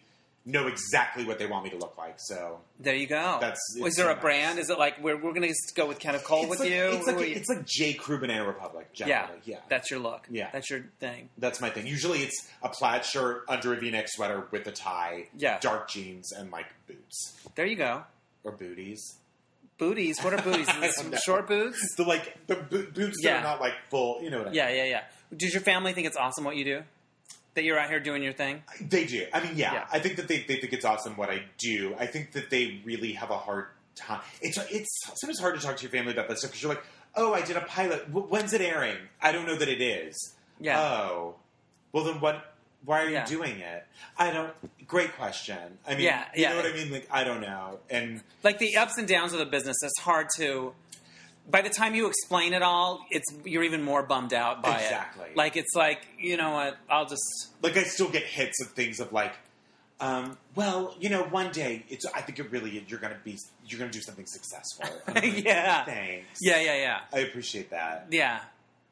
Speaker 2: know exactly what they want me to look like. So
Speaker 1: there you go.
Speaker 2: That's-
Speaker 1: Was
Speaker 2: it's
Speaker 1: there
Speaker 2: so
Speaker 1: a
Speaker 2: nice.
Speaker 1: brand? Is it like we're we're gonna just go with Kenneth Cole
Speaker 2: it's
Speaker 1: with
Speaker 2: like,
Speaker 1: you?
Speaker 2: it's like
Speaker 1: Or we-
Speaker 2: it's like J. Crew Banana Republic.
Speaker 1: yeah,
Speaker 2: Generally. Yeah,
Speaker 1: (laughs) That's your look.
Speaker 2: Yeah.
Speaker 1: That's your thing.
Speaker 2: That's my thing. Usually it's a plaid shirt under a v-neck sweater with a tie,
Speaker 1: Yeah.
Speaker 2: dark jeans, and like boots
Speaker 1: There you go.
Speaker 2: or booties.
Speaker 1: Booties. What are
Speaker 2: (laughs)
Speaker 1: booties? Is
Speaker 2: I
Speaker 1: it
Speaker 2: don't
Speaker 1: some
Speaker 2: know.
Speaker 1: short boots?
Speaker 2: So like the bo- boots that
Speaker 1: Yeah.
Speaker 2: are not like full, you know what I mean?
Speaker 1: Yeah, yeah, yeah. Does your family think it's awesome what you do? That you're out here doing your thing?
Speaker 2: They do. I mean, yeah,
Speaker 1: Yeah.
Speaker 2: I think that they, they think it's awesome what I do. I think that they really have a hard time. It's it's sometimes hard to talk to your family about that stuff because you're like, oh, I did a pilot. W- when's it airing? I don't know that it is.
Speaker 1: Yeah.
Speaker 2: Oh, well then what? Why are
Speaker 1: Yeah.
Speaker 2: you doing it? I don't. Great question. I mean,
Speaker 1: Yeah,
Speaker 2: you
Speaker 1: yeah.
Speaker 2: know what I mean? Like, I don't know. And
Speaker 1: like the ups and downs of the business it's hard to by the time you explain it all it's you're even more bummed out by
Speaker 2: Exactly.
Speaker 1: it like it's like you know what i'll just
Speaker 2: like I still get hits of things of like, um, well, you know, one day it's. I think it really you're gonna be you're gonna do something successful.
Speaker 1: (laughs)
Speaker 2: And I'm like,
Speaker 1: Yeah.
Speaker 2: Thanks.
Speaker 1: yeah yeah yeah
Speaker 2: I appreciate that.
Speaker 1: yeah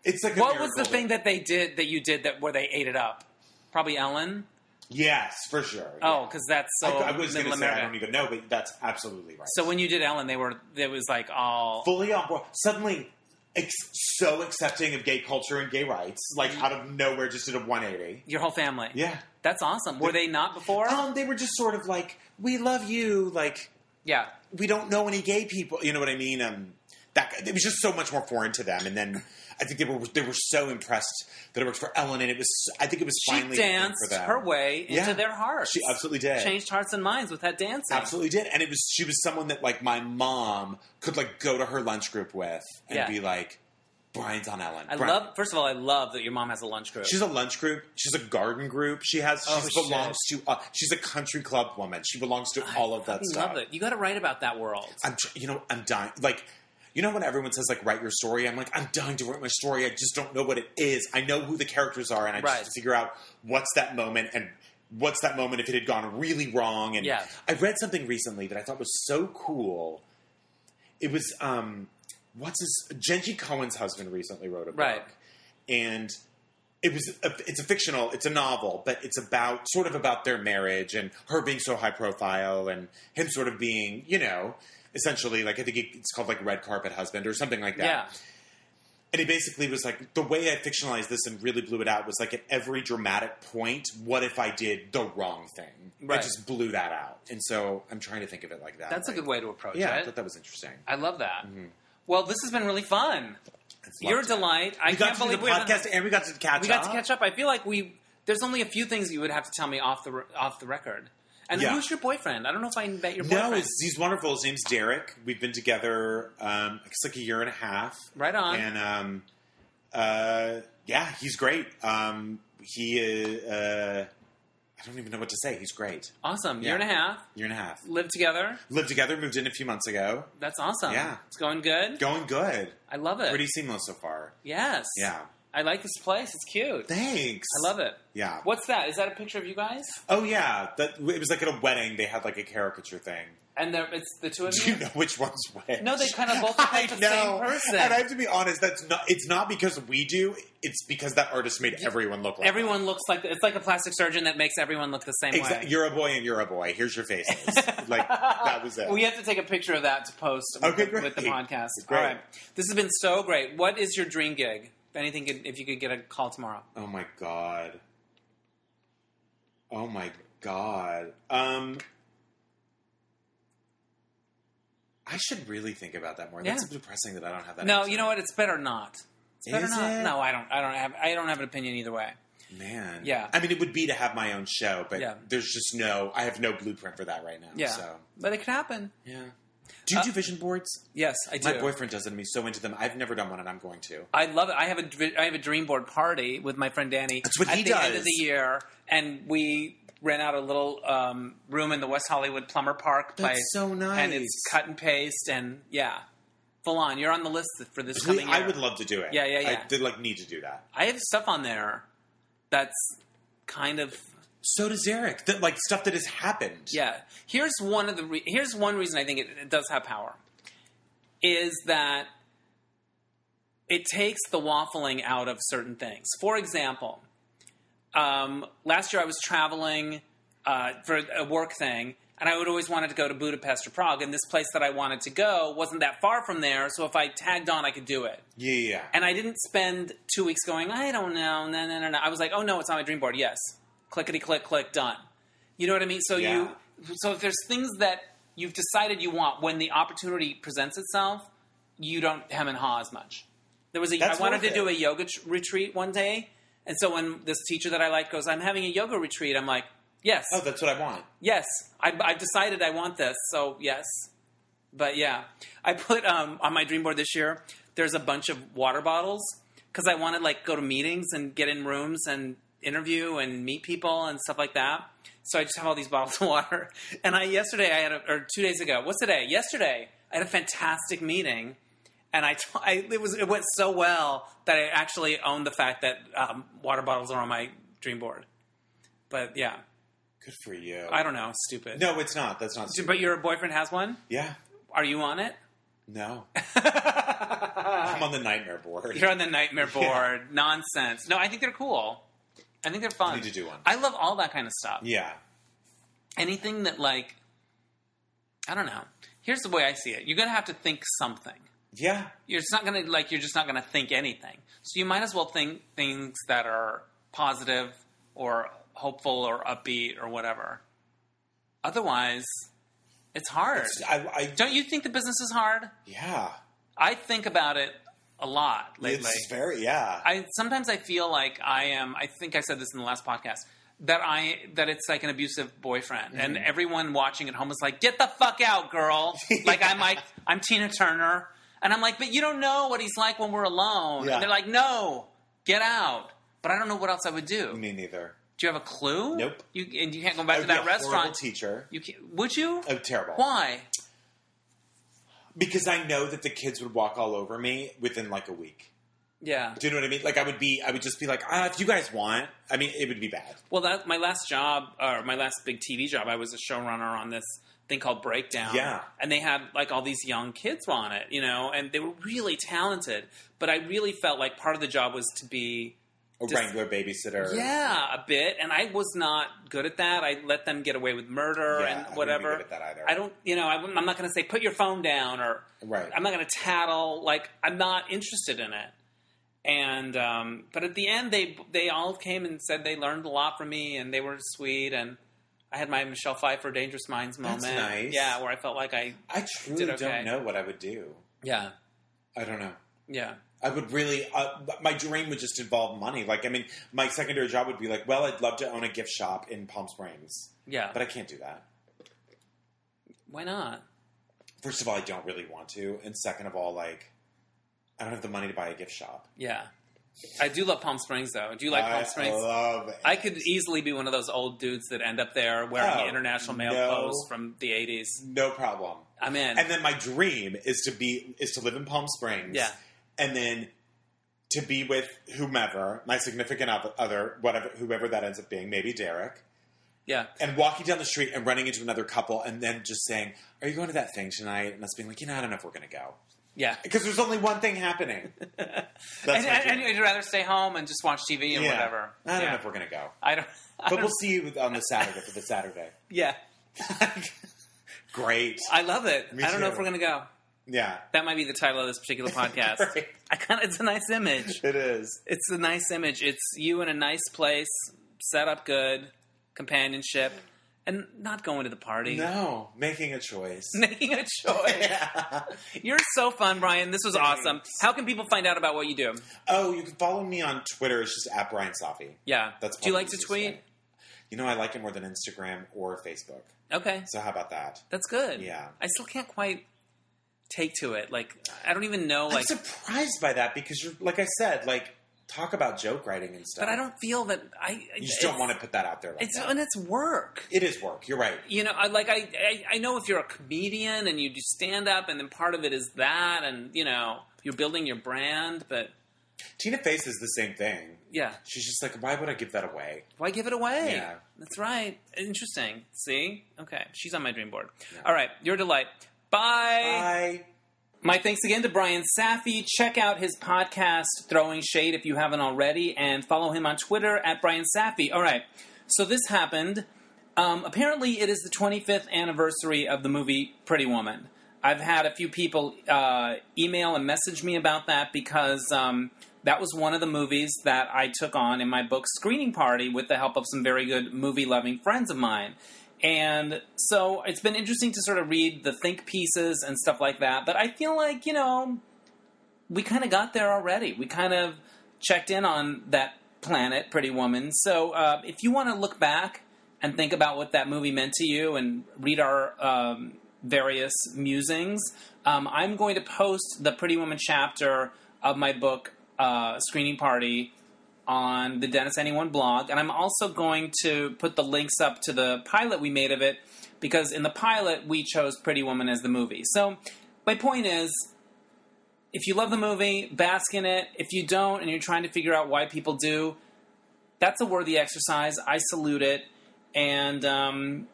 Speaker 2: It's like a
Speaker 1: what was the
Speaker 2: miracle
Speaker 1: thing that they did that you did that where they ate it up probably ellen
Speaker 2: Yes, for sure.
Speaker 1: oh
Speaker 2: yeah.
Speaker 1: because that's so
Speaker 2: I, I was going
Speaker 1: middle
Speaker 2: to say
Speaker 1: America.
Speaker 2: I don't e- even know, but that's absolutely right.
Speaker 1: so when you did ellen they were it was like all
Speaker 2: fully on board, suddenly ex- so accepting of gay culture and gay rights,
Speaker 1: Mm-hmm.
Speaker 2: like out of nowhere, just did a one eighty.
Speaker 1: your whole family
Speaker 2: Yeah.
Speaker 1: that's awesome were they not before
Speaker 2: Um, they were just sort of like, "We love you," like
Speaker 1: yeah
Speaker 2: we don't know any gay people. You know what I mean? Um, that it was just so much more foreign to them. And then I think they were they were so impressed that it worked for Ellen, and it was I think it was
Speaker 1: she
Speaker 2: finally a thing
Speaker 1: danced
Speaker 2: for them.
Speaker 1: her way into
Speaker 2: Yeah.
Speaker 1: their hearts
Speaker 2: She absolutely did.
Speaker 1: changed hearts and minds with that dancing
Speaker 2: Absolutely did. And it was she was someone that like my mom could like go to her lunch group with and
Speaker 1: Yeah.
Speaker 2: be like, Brian's on Ellen.
Speaker 1: I
Speaker 2: Brian-
Speaker 1: love. First of all, I love that your mom has a lunch group.
Speaker 2: She's a lunch group. She's a garden group. She has. She
Speaker 1: Oh, shit.
Speaker 2: belongs to. Uh, she's a country club woman. She belongs to all of that
Speaker 1: fucking
Speaker 2: stuff.
Speaker 1: love it. You got to write about that world.
Speaker 2: I'm. tr- You know. I'm dying. Like. You know when everyone says like write your story, I'm like I'm dying to write my story. I just don't know what it is. I know who the characters are, and I
Speaker 1: Right.
Speaker 2: just have to figure out what's that moment and what's that moment if it had gone really wrong. And
Speaker 1: Yeah.
Speaker 2: I read something recently that I thought was so cool. It was um, what's his Genji Cohen's husband recently wrote a book,
Speaker 1: Right.
Speaker 2: and it was a, it's a fictional it's a novel but it's about sort of about their marriage and her being so high profile and him sort of being you know essentially like i think it's called like red carpet husband or something like that
Speaker 1: yeah,
Speaker 2: and he basically was like the way i fictionalized this and really blew it out was like at every dramatic point what if i did the wrong thing i
Speaker 1: Right.
Speaker 2: just blew that out and so i'm trying to think of it like that
Speaker 1: that's a
Speaker 2: like-
Speaker 1: good way to approach
Speaker 2: yeah i
Speaker 1: it.
Speaker 2: thought that Mm-hmm. was interesting
Speaker 1: I love that. Well, this has been really fun.
Speaker 2: It's
Speaker 1: Your
Speaker 2: lovely.
Speaker 1: delight. I
Speaker 2: we got
Speaker 1: can't
Speaker 2: to do
Speaker 1: believe
Speaker 2: the
Speaker 1: we haven't-
Speaker 2: podcast and we got to catch
Speaker 1: we got to catch up. I feel like we. There's only a few things you would have to tell me off the re- off the record. And
Speaker 2: Yeah.
Speaker 1: who's your boyfriend? I don't know if I met your boyfriend.
Speaker 2: No, it's, he's wonderful. His name's Derek. We've been together, um, it's like a year and a half.
Speaker 1: Right on.
Speaker 2: And um, uh, yeah, he's great. Um, he, uh, uh, I don't even know what to say. He's great.
Speaker 1: awesome.
Speaker 2: Yeah.
Speaker 1: Year and a half.
Speaker 2: Year and a half.
Speaker 1: Live together.
Speaker 2: Lived together, moved in a few months ago.
Speaker 1: That's awesome.
Speaker 2: Yeah.
Speaker 1: It's going good.
Speaker 2: Going good.
Speaker 1: I love it.
Speaker 2: Pretty seamless so far.
Speaker 1: yes.
Speaker 2: Yeah.
Speaker 1: I like this place. It's cute.
Speaker 2: Thanks.
Speaker 1: I love it.
Speaker 2: Yeah.
Speaker 1: What's that? Is that a picture of you guys?
Speaker 2: Oh yeah, that it was like at a wedding. They had like a caricature thing.
Speaker 1: And there, it's the two of
Speaker 2: Do
Speaker 1: you.
Speaker 2: you know which one's which?
Speaker 1: No, they kind of both look like
Speaker 2: (laughs) I
Speaker 1: the same person.
Speaker 2: And I have to be honest, that's not. It's not because we do. It's because that artist made everyone look like
Speaker 1: Everyone looks like it's like a plastic surgeon that makes everyone look the same
Speaker 2: Exactly.
Speaker 1: way.
Speaker 2: You're a boy and you're a boy. Here's
Speaker 1: (laughs)
Speaker 2: your faces. like that was it.
Speaker 1: We have to take a picture of that to post with,
Speaker 2: Okay,
Speaker 1: the, with the
Speaker 2: great.
Speaker 1: podcast.
Speaker 2: Great.
Speaker 1: All right, this has been so great. What is your dream gig? Anything could- if you could get a call tomorrow?
Speaker 2: oh my god. Oh my god. Um. I should really think about that more.
Speaker 1: Yeah.
Speaker 2: That's depressing that I don't have that.
Speaker 1: No,
Speaker 2: answer.
Speaker 1: you know what? It's better not. It's better
Speaker 2: Is
Speaker 1: not.
Speaker 2: it?
Speaker 1: No, I don't. I don't have. I don't have an opinion either way.
Speaker 2: Man.
Speaker 1: Yeah.
Speaker 2: I mean, it would be to have my own show, but
Speaker 1: Yeah.
Speaker 2: there's just no, I have no blueprint for that right now.
Speaker 1: Yeah,
Speaker 2: So,
Speaker 1: but it could happen.
Speaker 2: yeah. Do you
Speaker 1: Uh,
Speaker 2: do vision boards?
Speaker 1: Yes, I do.
Speaker 2: My boyfriend does it, and he's so into them. I've never done one, and I'm going to.
Speaker 1: I love it. I have a dr- I have a dream board party with my friend Danny.
Speaker 2: That's what
Speaker 1: at
Speaker 2: he
Speaker 1: the end of
Speaker 2: does.
Speaker 1: the year, and we rent out a little um, room in the West Hollywood Plumber Park
Speaker 2: That's
Speaker 1: place.
Speaker 2: so nice.
Speaker 1: and it's cut and paste, and yeah, full on. You're on the list for this
Speaker 2: We-
Speaker 1: coming year.
Speaker 2: I would love to do it.
Speaker 1: Yeah, yeah, yeah.
Speaker 2: I did like need to do that.
Speaker 1: I have stuff on there that's kind of
Speaker 2: So does Eric. That like stuff that has happened.
Speaker 1: yeah. Here's one of the re- here's one reason I think it, it does have power is that it takes the waffling out of certain things. For example, um, last year I was traveling uh, for a work thing, and I would always wanted to go to Budapest or Prague, and this place that I wanted to go wasn't that far from there, so if I tagged on, I could do it.
Speaker 2: yeah, yeah. yeah.
Speaker 1: And I didn't spend two weeks going, I don't know, no, no, no, no. I was like, oh no, it's on my dream board. Yes. Clickety click, click, done. You know what I mean? So
Speaker 2: Yeah.
Speaker 1: you so if there's things that you've decided you want when the opportunity presents itself, you don't hem and haw as much. There was a I
Speaker 2: That's
Speaker 1: wanted
Speaker 2: worth
Speaker 1: to do
Speaker 2: it.
Speaker 1: a yoga tr- retreat one day, and so when this teacher that I like goes, I'm having a yoga retreat, I'm like, yes,
Speaker 2: oh, that's what I want.
Speaker 1: yes, I, I've decided I want this, so yes. But yeah, I put um, on my dream board this year. There's a bunch of water bottles because I want to like go to meetings and get in rooms and interview and meet people and stuff like that. So I just have all these (laughs) bottles of water. And I yesterday I had a, or two days ago. What's today? Yesterday I had a fantastic meeting, and I, t- I it was it went so well that I actually owned the fact that um, water bottles are on my dream board. But yeah,
Speaker 2: Good for you.
Speaker 1: I don't know, stupid.
Speaker 2: No, it's not. That's not.
Speaker 1: But your boyfriend has one.
Speaker 2: yeah.
Speaker 1: Are you on it? (laughs)
Speaker 2: No. I'm on the nightmare board.
Speaker 1: You're on the nightmare board. Nonsense. No, I think they're cool. I think they're fun.
Speaker 2: need to do one.
Speaker 1: I love all that kind of stuff.
Speaker 2: (laughs) yeah.
Speaker 1: Anything that like, I don't know. Here's the way I see it. You're gonna have to think something.
Speaker 2: Yeah.
Speaker 1: You're just not gonna like. You're just not gonna think anything. So you might as well think things that are positive or hopeful or upbeat or whatever. Otherwise, it's hard.
Speaker 2: I, I
Speaker 1: don't you think the business is hard?
Speaker 2: Yeah.
Speaker 1: I think about it a lot lately.
Speaker 2: It's very yeah.
Speaker 1: I sometimes I feel like I am. I think I said this in the last podcast that I that it's like an abusive boyfriend, and
Speaker 2: Mm-hmm.
Speaker 1: everyone watching at home is like, "Get the fuck out,
Speaker 2: (laughs)
Speaker 1: girl!" like I'm like I'm Tina Turner, and I'm like, "But you don't know what he's like when we're alone."
Speaker 2: Yeah.
Speaker 1: And they're like, "No, get out." But I don't know what else I would do.
Speaker 2: Me neither.
Speaker 1: Do you have a clue?
Speaker 2: Nope.
Speaker 1: You and you can't go
Speaker 2: I
Speaker 1: back to
Speaker 2: would be
Speaker 1: that
Speaker 2: a horrible
Speaker 1: restaurant.
Speaker 2: teacher.
Speaker 1: You can't, would you?
Speaker 2: Oh, terrible.
Speaker 1: Why?
Speaker 2: Because I know that the kids would walk all over me within like a week.
Speaker 1: Yeah.
Speaker 2: Do you know what I mean? Like I would be, I would just be like, ah, if you guys want, I mean, it would be bad.
Speaker 1: Well, that my last job or my last big TV job, I was a showrunner on this thing called Breakdown.
Speaker 2: Yeah.
Speaker 1: and they had like all these young kids on it, you know, and they were really talented. But I really felt like part of the job was to be
Speaker 2: A
Speaker 1: Just-
Speaker 2: regular babysitter.
Speaker 1: yeah a bit, and I was not good at that. I let them get away with murder
Speaker 2: Yeah, I wouldn't
Speaker 1: and
Speaker 2: be
Speaker 1: whatever.
Speaker 2: good at that either.
Speaker 1: I don't, you know, I, wouldn't- I'm not going to say put your phone down or
Speaker 2: Right.
Speaker 1: I'm not going to tattle. Like I'm not interested in it. And um, but at the end, they they all came and said they learned a lot from me, and they were sweet. And I had my Michelle Pfeiffer Dangerous Minds moment.
Speaker 2: That's nice.
Speaker 1: Yeah, where I felt like I
Speaker 2: I truly
Speaker 1: Did okay.
Speaker 2: don't know what I would do.
Speaker 1: yeah
Speaker 2: I don't know.
Speaker 1: yeah
Speaker 2: I would really, uh, my dream would just involve money. Like, I mean, my secondary job would be like, well, I'd love to own a gift shop in Palm Springs,
Speaker 1: yeah.
Speaker 2: but I can't do that.
Speaker 1: Why not?
Speaker 2: First of all, I don't really want to, and second of all, like, I don't have the money to buy a gift shop.
Speaker 1: Yeah, I do love Palm Springs though. Do you like
Speaker 2: I
Speaker 1: Palm Springs?
Speaker 2: love it.
Speaker 1: I could easily be one of those old dudes that end up there wearing
Speaker 2: Oh,
Speaker 1: the international mail
Speaker 2: no.
Speaker 1: clothes from the '80s.
Speaker 2: no problem.
Speaker 1: I'm in.
Speaker 2: And then my dream is to be is to live in Palm Springs.
Speaker 1: Yeah.
Speaker 2: And then to be with whomever, my significant oth- other, whatever whoever that ends up being, maybe Derek,
Speaker 1: yeah,
Speaker 2: and walking down the street and running into another couple and then just saying, "Are you going to that thing tonight?" and us being like, "You know, I don't know if we're going to go."
Speaker 1: yeah.
Speaker 2: Because there's only one thing happening.
Speaker 1: (laughs)
Speaker 2: That's
Speaker 1: And,
Speaker 2: my
Speaker 1: and,
Speaker 2: dream.
Speaker 1: and you'd rather stay home and just watch TV and
Speaker 2: Yeah.
Speaker 1: whatever.
Speaker 2: I don't
Speaker 1: yeah.
Speaker 2: know if we're going to go.
Speaker 1: I don't. (laughs) I
Speaker 2: But
Speaker 1: don't
Speaker 2: we'll see you on the Saturday for the Saturday.
Speaker 1: yeah,
Speaker 2: Great.
Speaker 1: I love it.
Speaker 2: Me
Speaker 1: I don't know if
Speaker 2: too.
Speaker 1: we're gonna go.
Speaker 2: Yeah.
Speaker 1: That might be the title of this particular
Speaker 2: (laughs)
Speaker 1: podcast.
Speaker 2: Right.
Speaker 1: I kind of. It's a nice image.
Speaker 2: It is.
Speaker 1: It's a nice image. It's you in a nice place, set up good, companionship, and not going to the party.
Speaker 2: No, making a choice.
Speaker 1: (laughs) Making a choice.
Speaker 2: (laughs) Yeah.
Speaker 1: You're so fun, Brian. This was
Speaker 2: Thanks.
Speaker 1: awesome. How can people find out about what you do?
Speaker 2: Oh, you can follow me on Twitter. It's just at Brian Safi.
Speaker 1: Yeah.
Speaker 2: That's
Speaker 1: do you
Speaker 2: probably
Speaker 1: like
Speaker 2: the
Speaker 1: to
Speaker 2: easiest
Speaker 1: tweet?
Speaker 2: way. You know, I like it more than Instagram or Facebook.
Speaker 1: Okay.
Speaker 2: So how about that?
Speaker 1: That's good.
Speaker 2: Yeah.
Speaker 1: I still can't quite
Speaker 3: take to it. Like I don't even know. Like,
Speaker 2: I'm surprised by that because you're like I said, like talk about joke writing and stuff.
Speaker 3: but I don't feel that I.
Speaker 2: You just don't want to put that out there. Like
Speaker 3: It's
Speaker 2: that.
Speaker 3: and it's work.
Speaker 2: it is work. You're right.
Speaker 3: you know, I, like I, I, I know if you're a comedian and you do stand up, and then part of it is that, and you know, you're building your brand. But
Speaker 2: Tina Face is the same thing.
Speaker 3: yeah,
Speaker 2: She's just like, why would I give that away?
Speaker 3: why give it away?
Speaker 2: Yeah.
Speaker 3: That's right. Interesting. See, okay, she's on my dream board.
Speaker 2: Yeah.
Speaker 3: All right, your delight. Bye.
Speaker 2: I
Speaker 1: My thanks again to Brian Safi. Check out his podcast, Throwing Shade, if you haven't already, and follow him on Twitter at Brian Safi. All right, so this happened. Um, apparently, it is the 25th anniversary of the movie Pretty Woman. I've had a few people uh, email and message me about that because um, that was one of the movies that I took on in my book screening party with the help of some very good movie loving friends of mine. And so it's been interesting to sort of read the think pieces and stuff like that. But I feel like, you know, we kind of got there already. We kind of checked in on that planet, Pretty Woman. So uh, if you want to look back and think about what that movie meant to you and read our um, various musings, um, I'm going to post the Pretty Woman chapter of my book, uh, Screening Party, on the Dennis Anyone blog, and I'm also going to put the links up to the pilot we made of it because in the pilot we chose Pretty Woman as the movie. So my point is, if you love the movie, bask in it. If you don't, and you're trying to figure out why people do, that's a worthy exercise. I salute it, and um,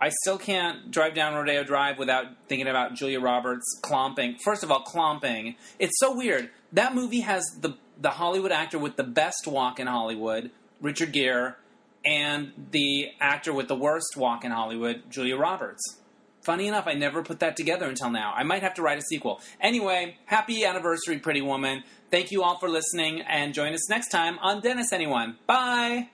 Speaker 1: I still can't drive down Rodeo Drive without thinking about Julia Roberts clomping. First of all, clomping. It's so weird. That movie has the the Hollywood actor with the best walk in Hollywood, Richard Gere, and the actor with the worst walk in Hollywood, Julia Roberts. Funny enough, I never put that together until now. I might have to write a sequel. Anyway, happy anniversary, Pretty Woman. Thank you all for listening, and join us next time on Dennis Anyone. Bye!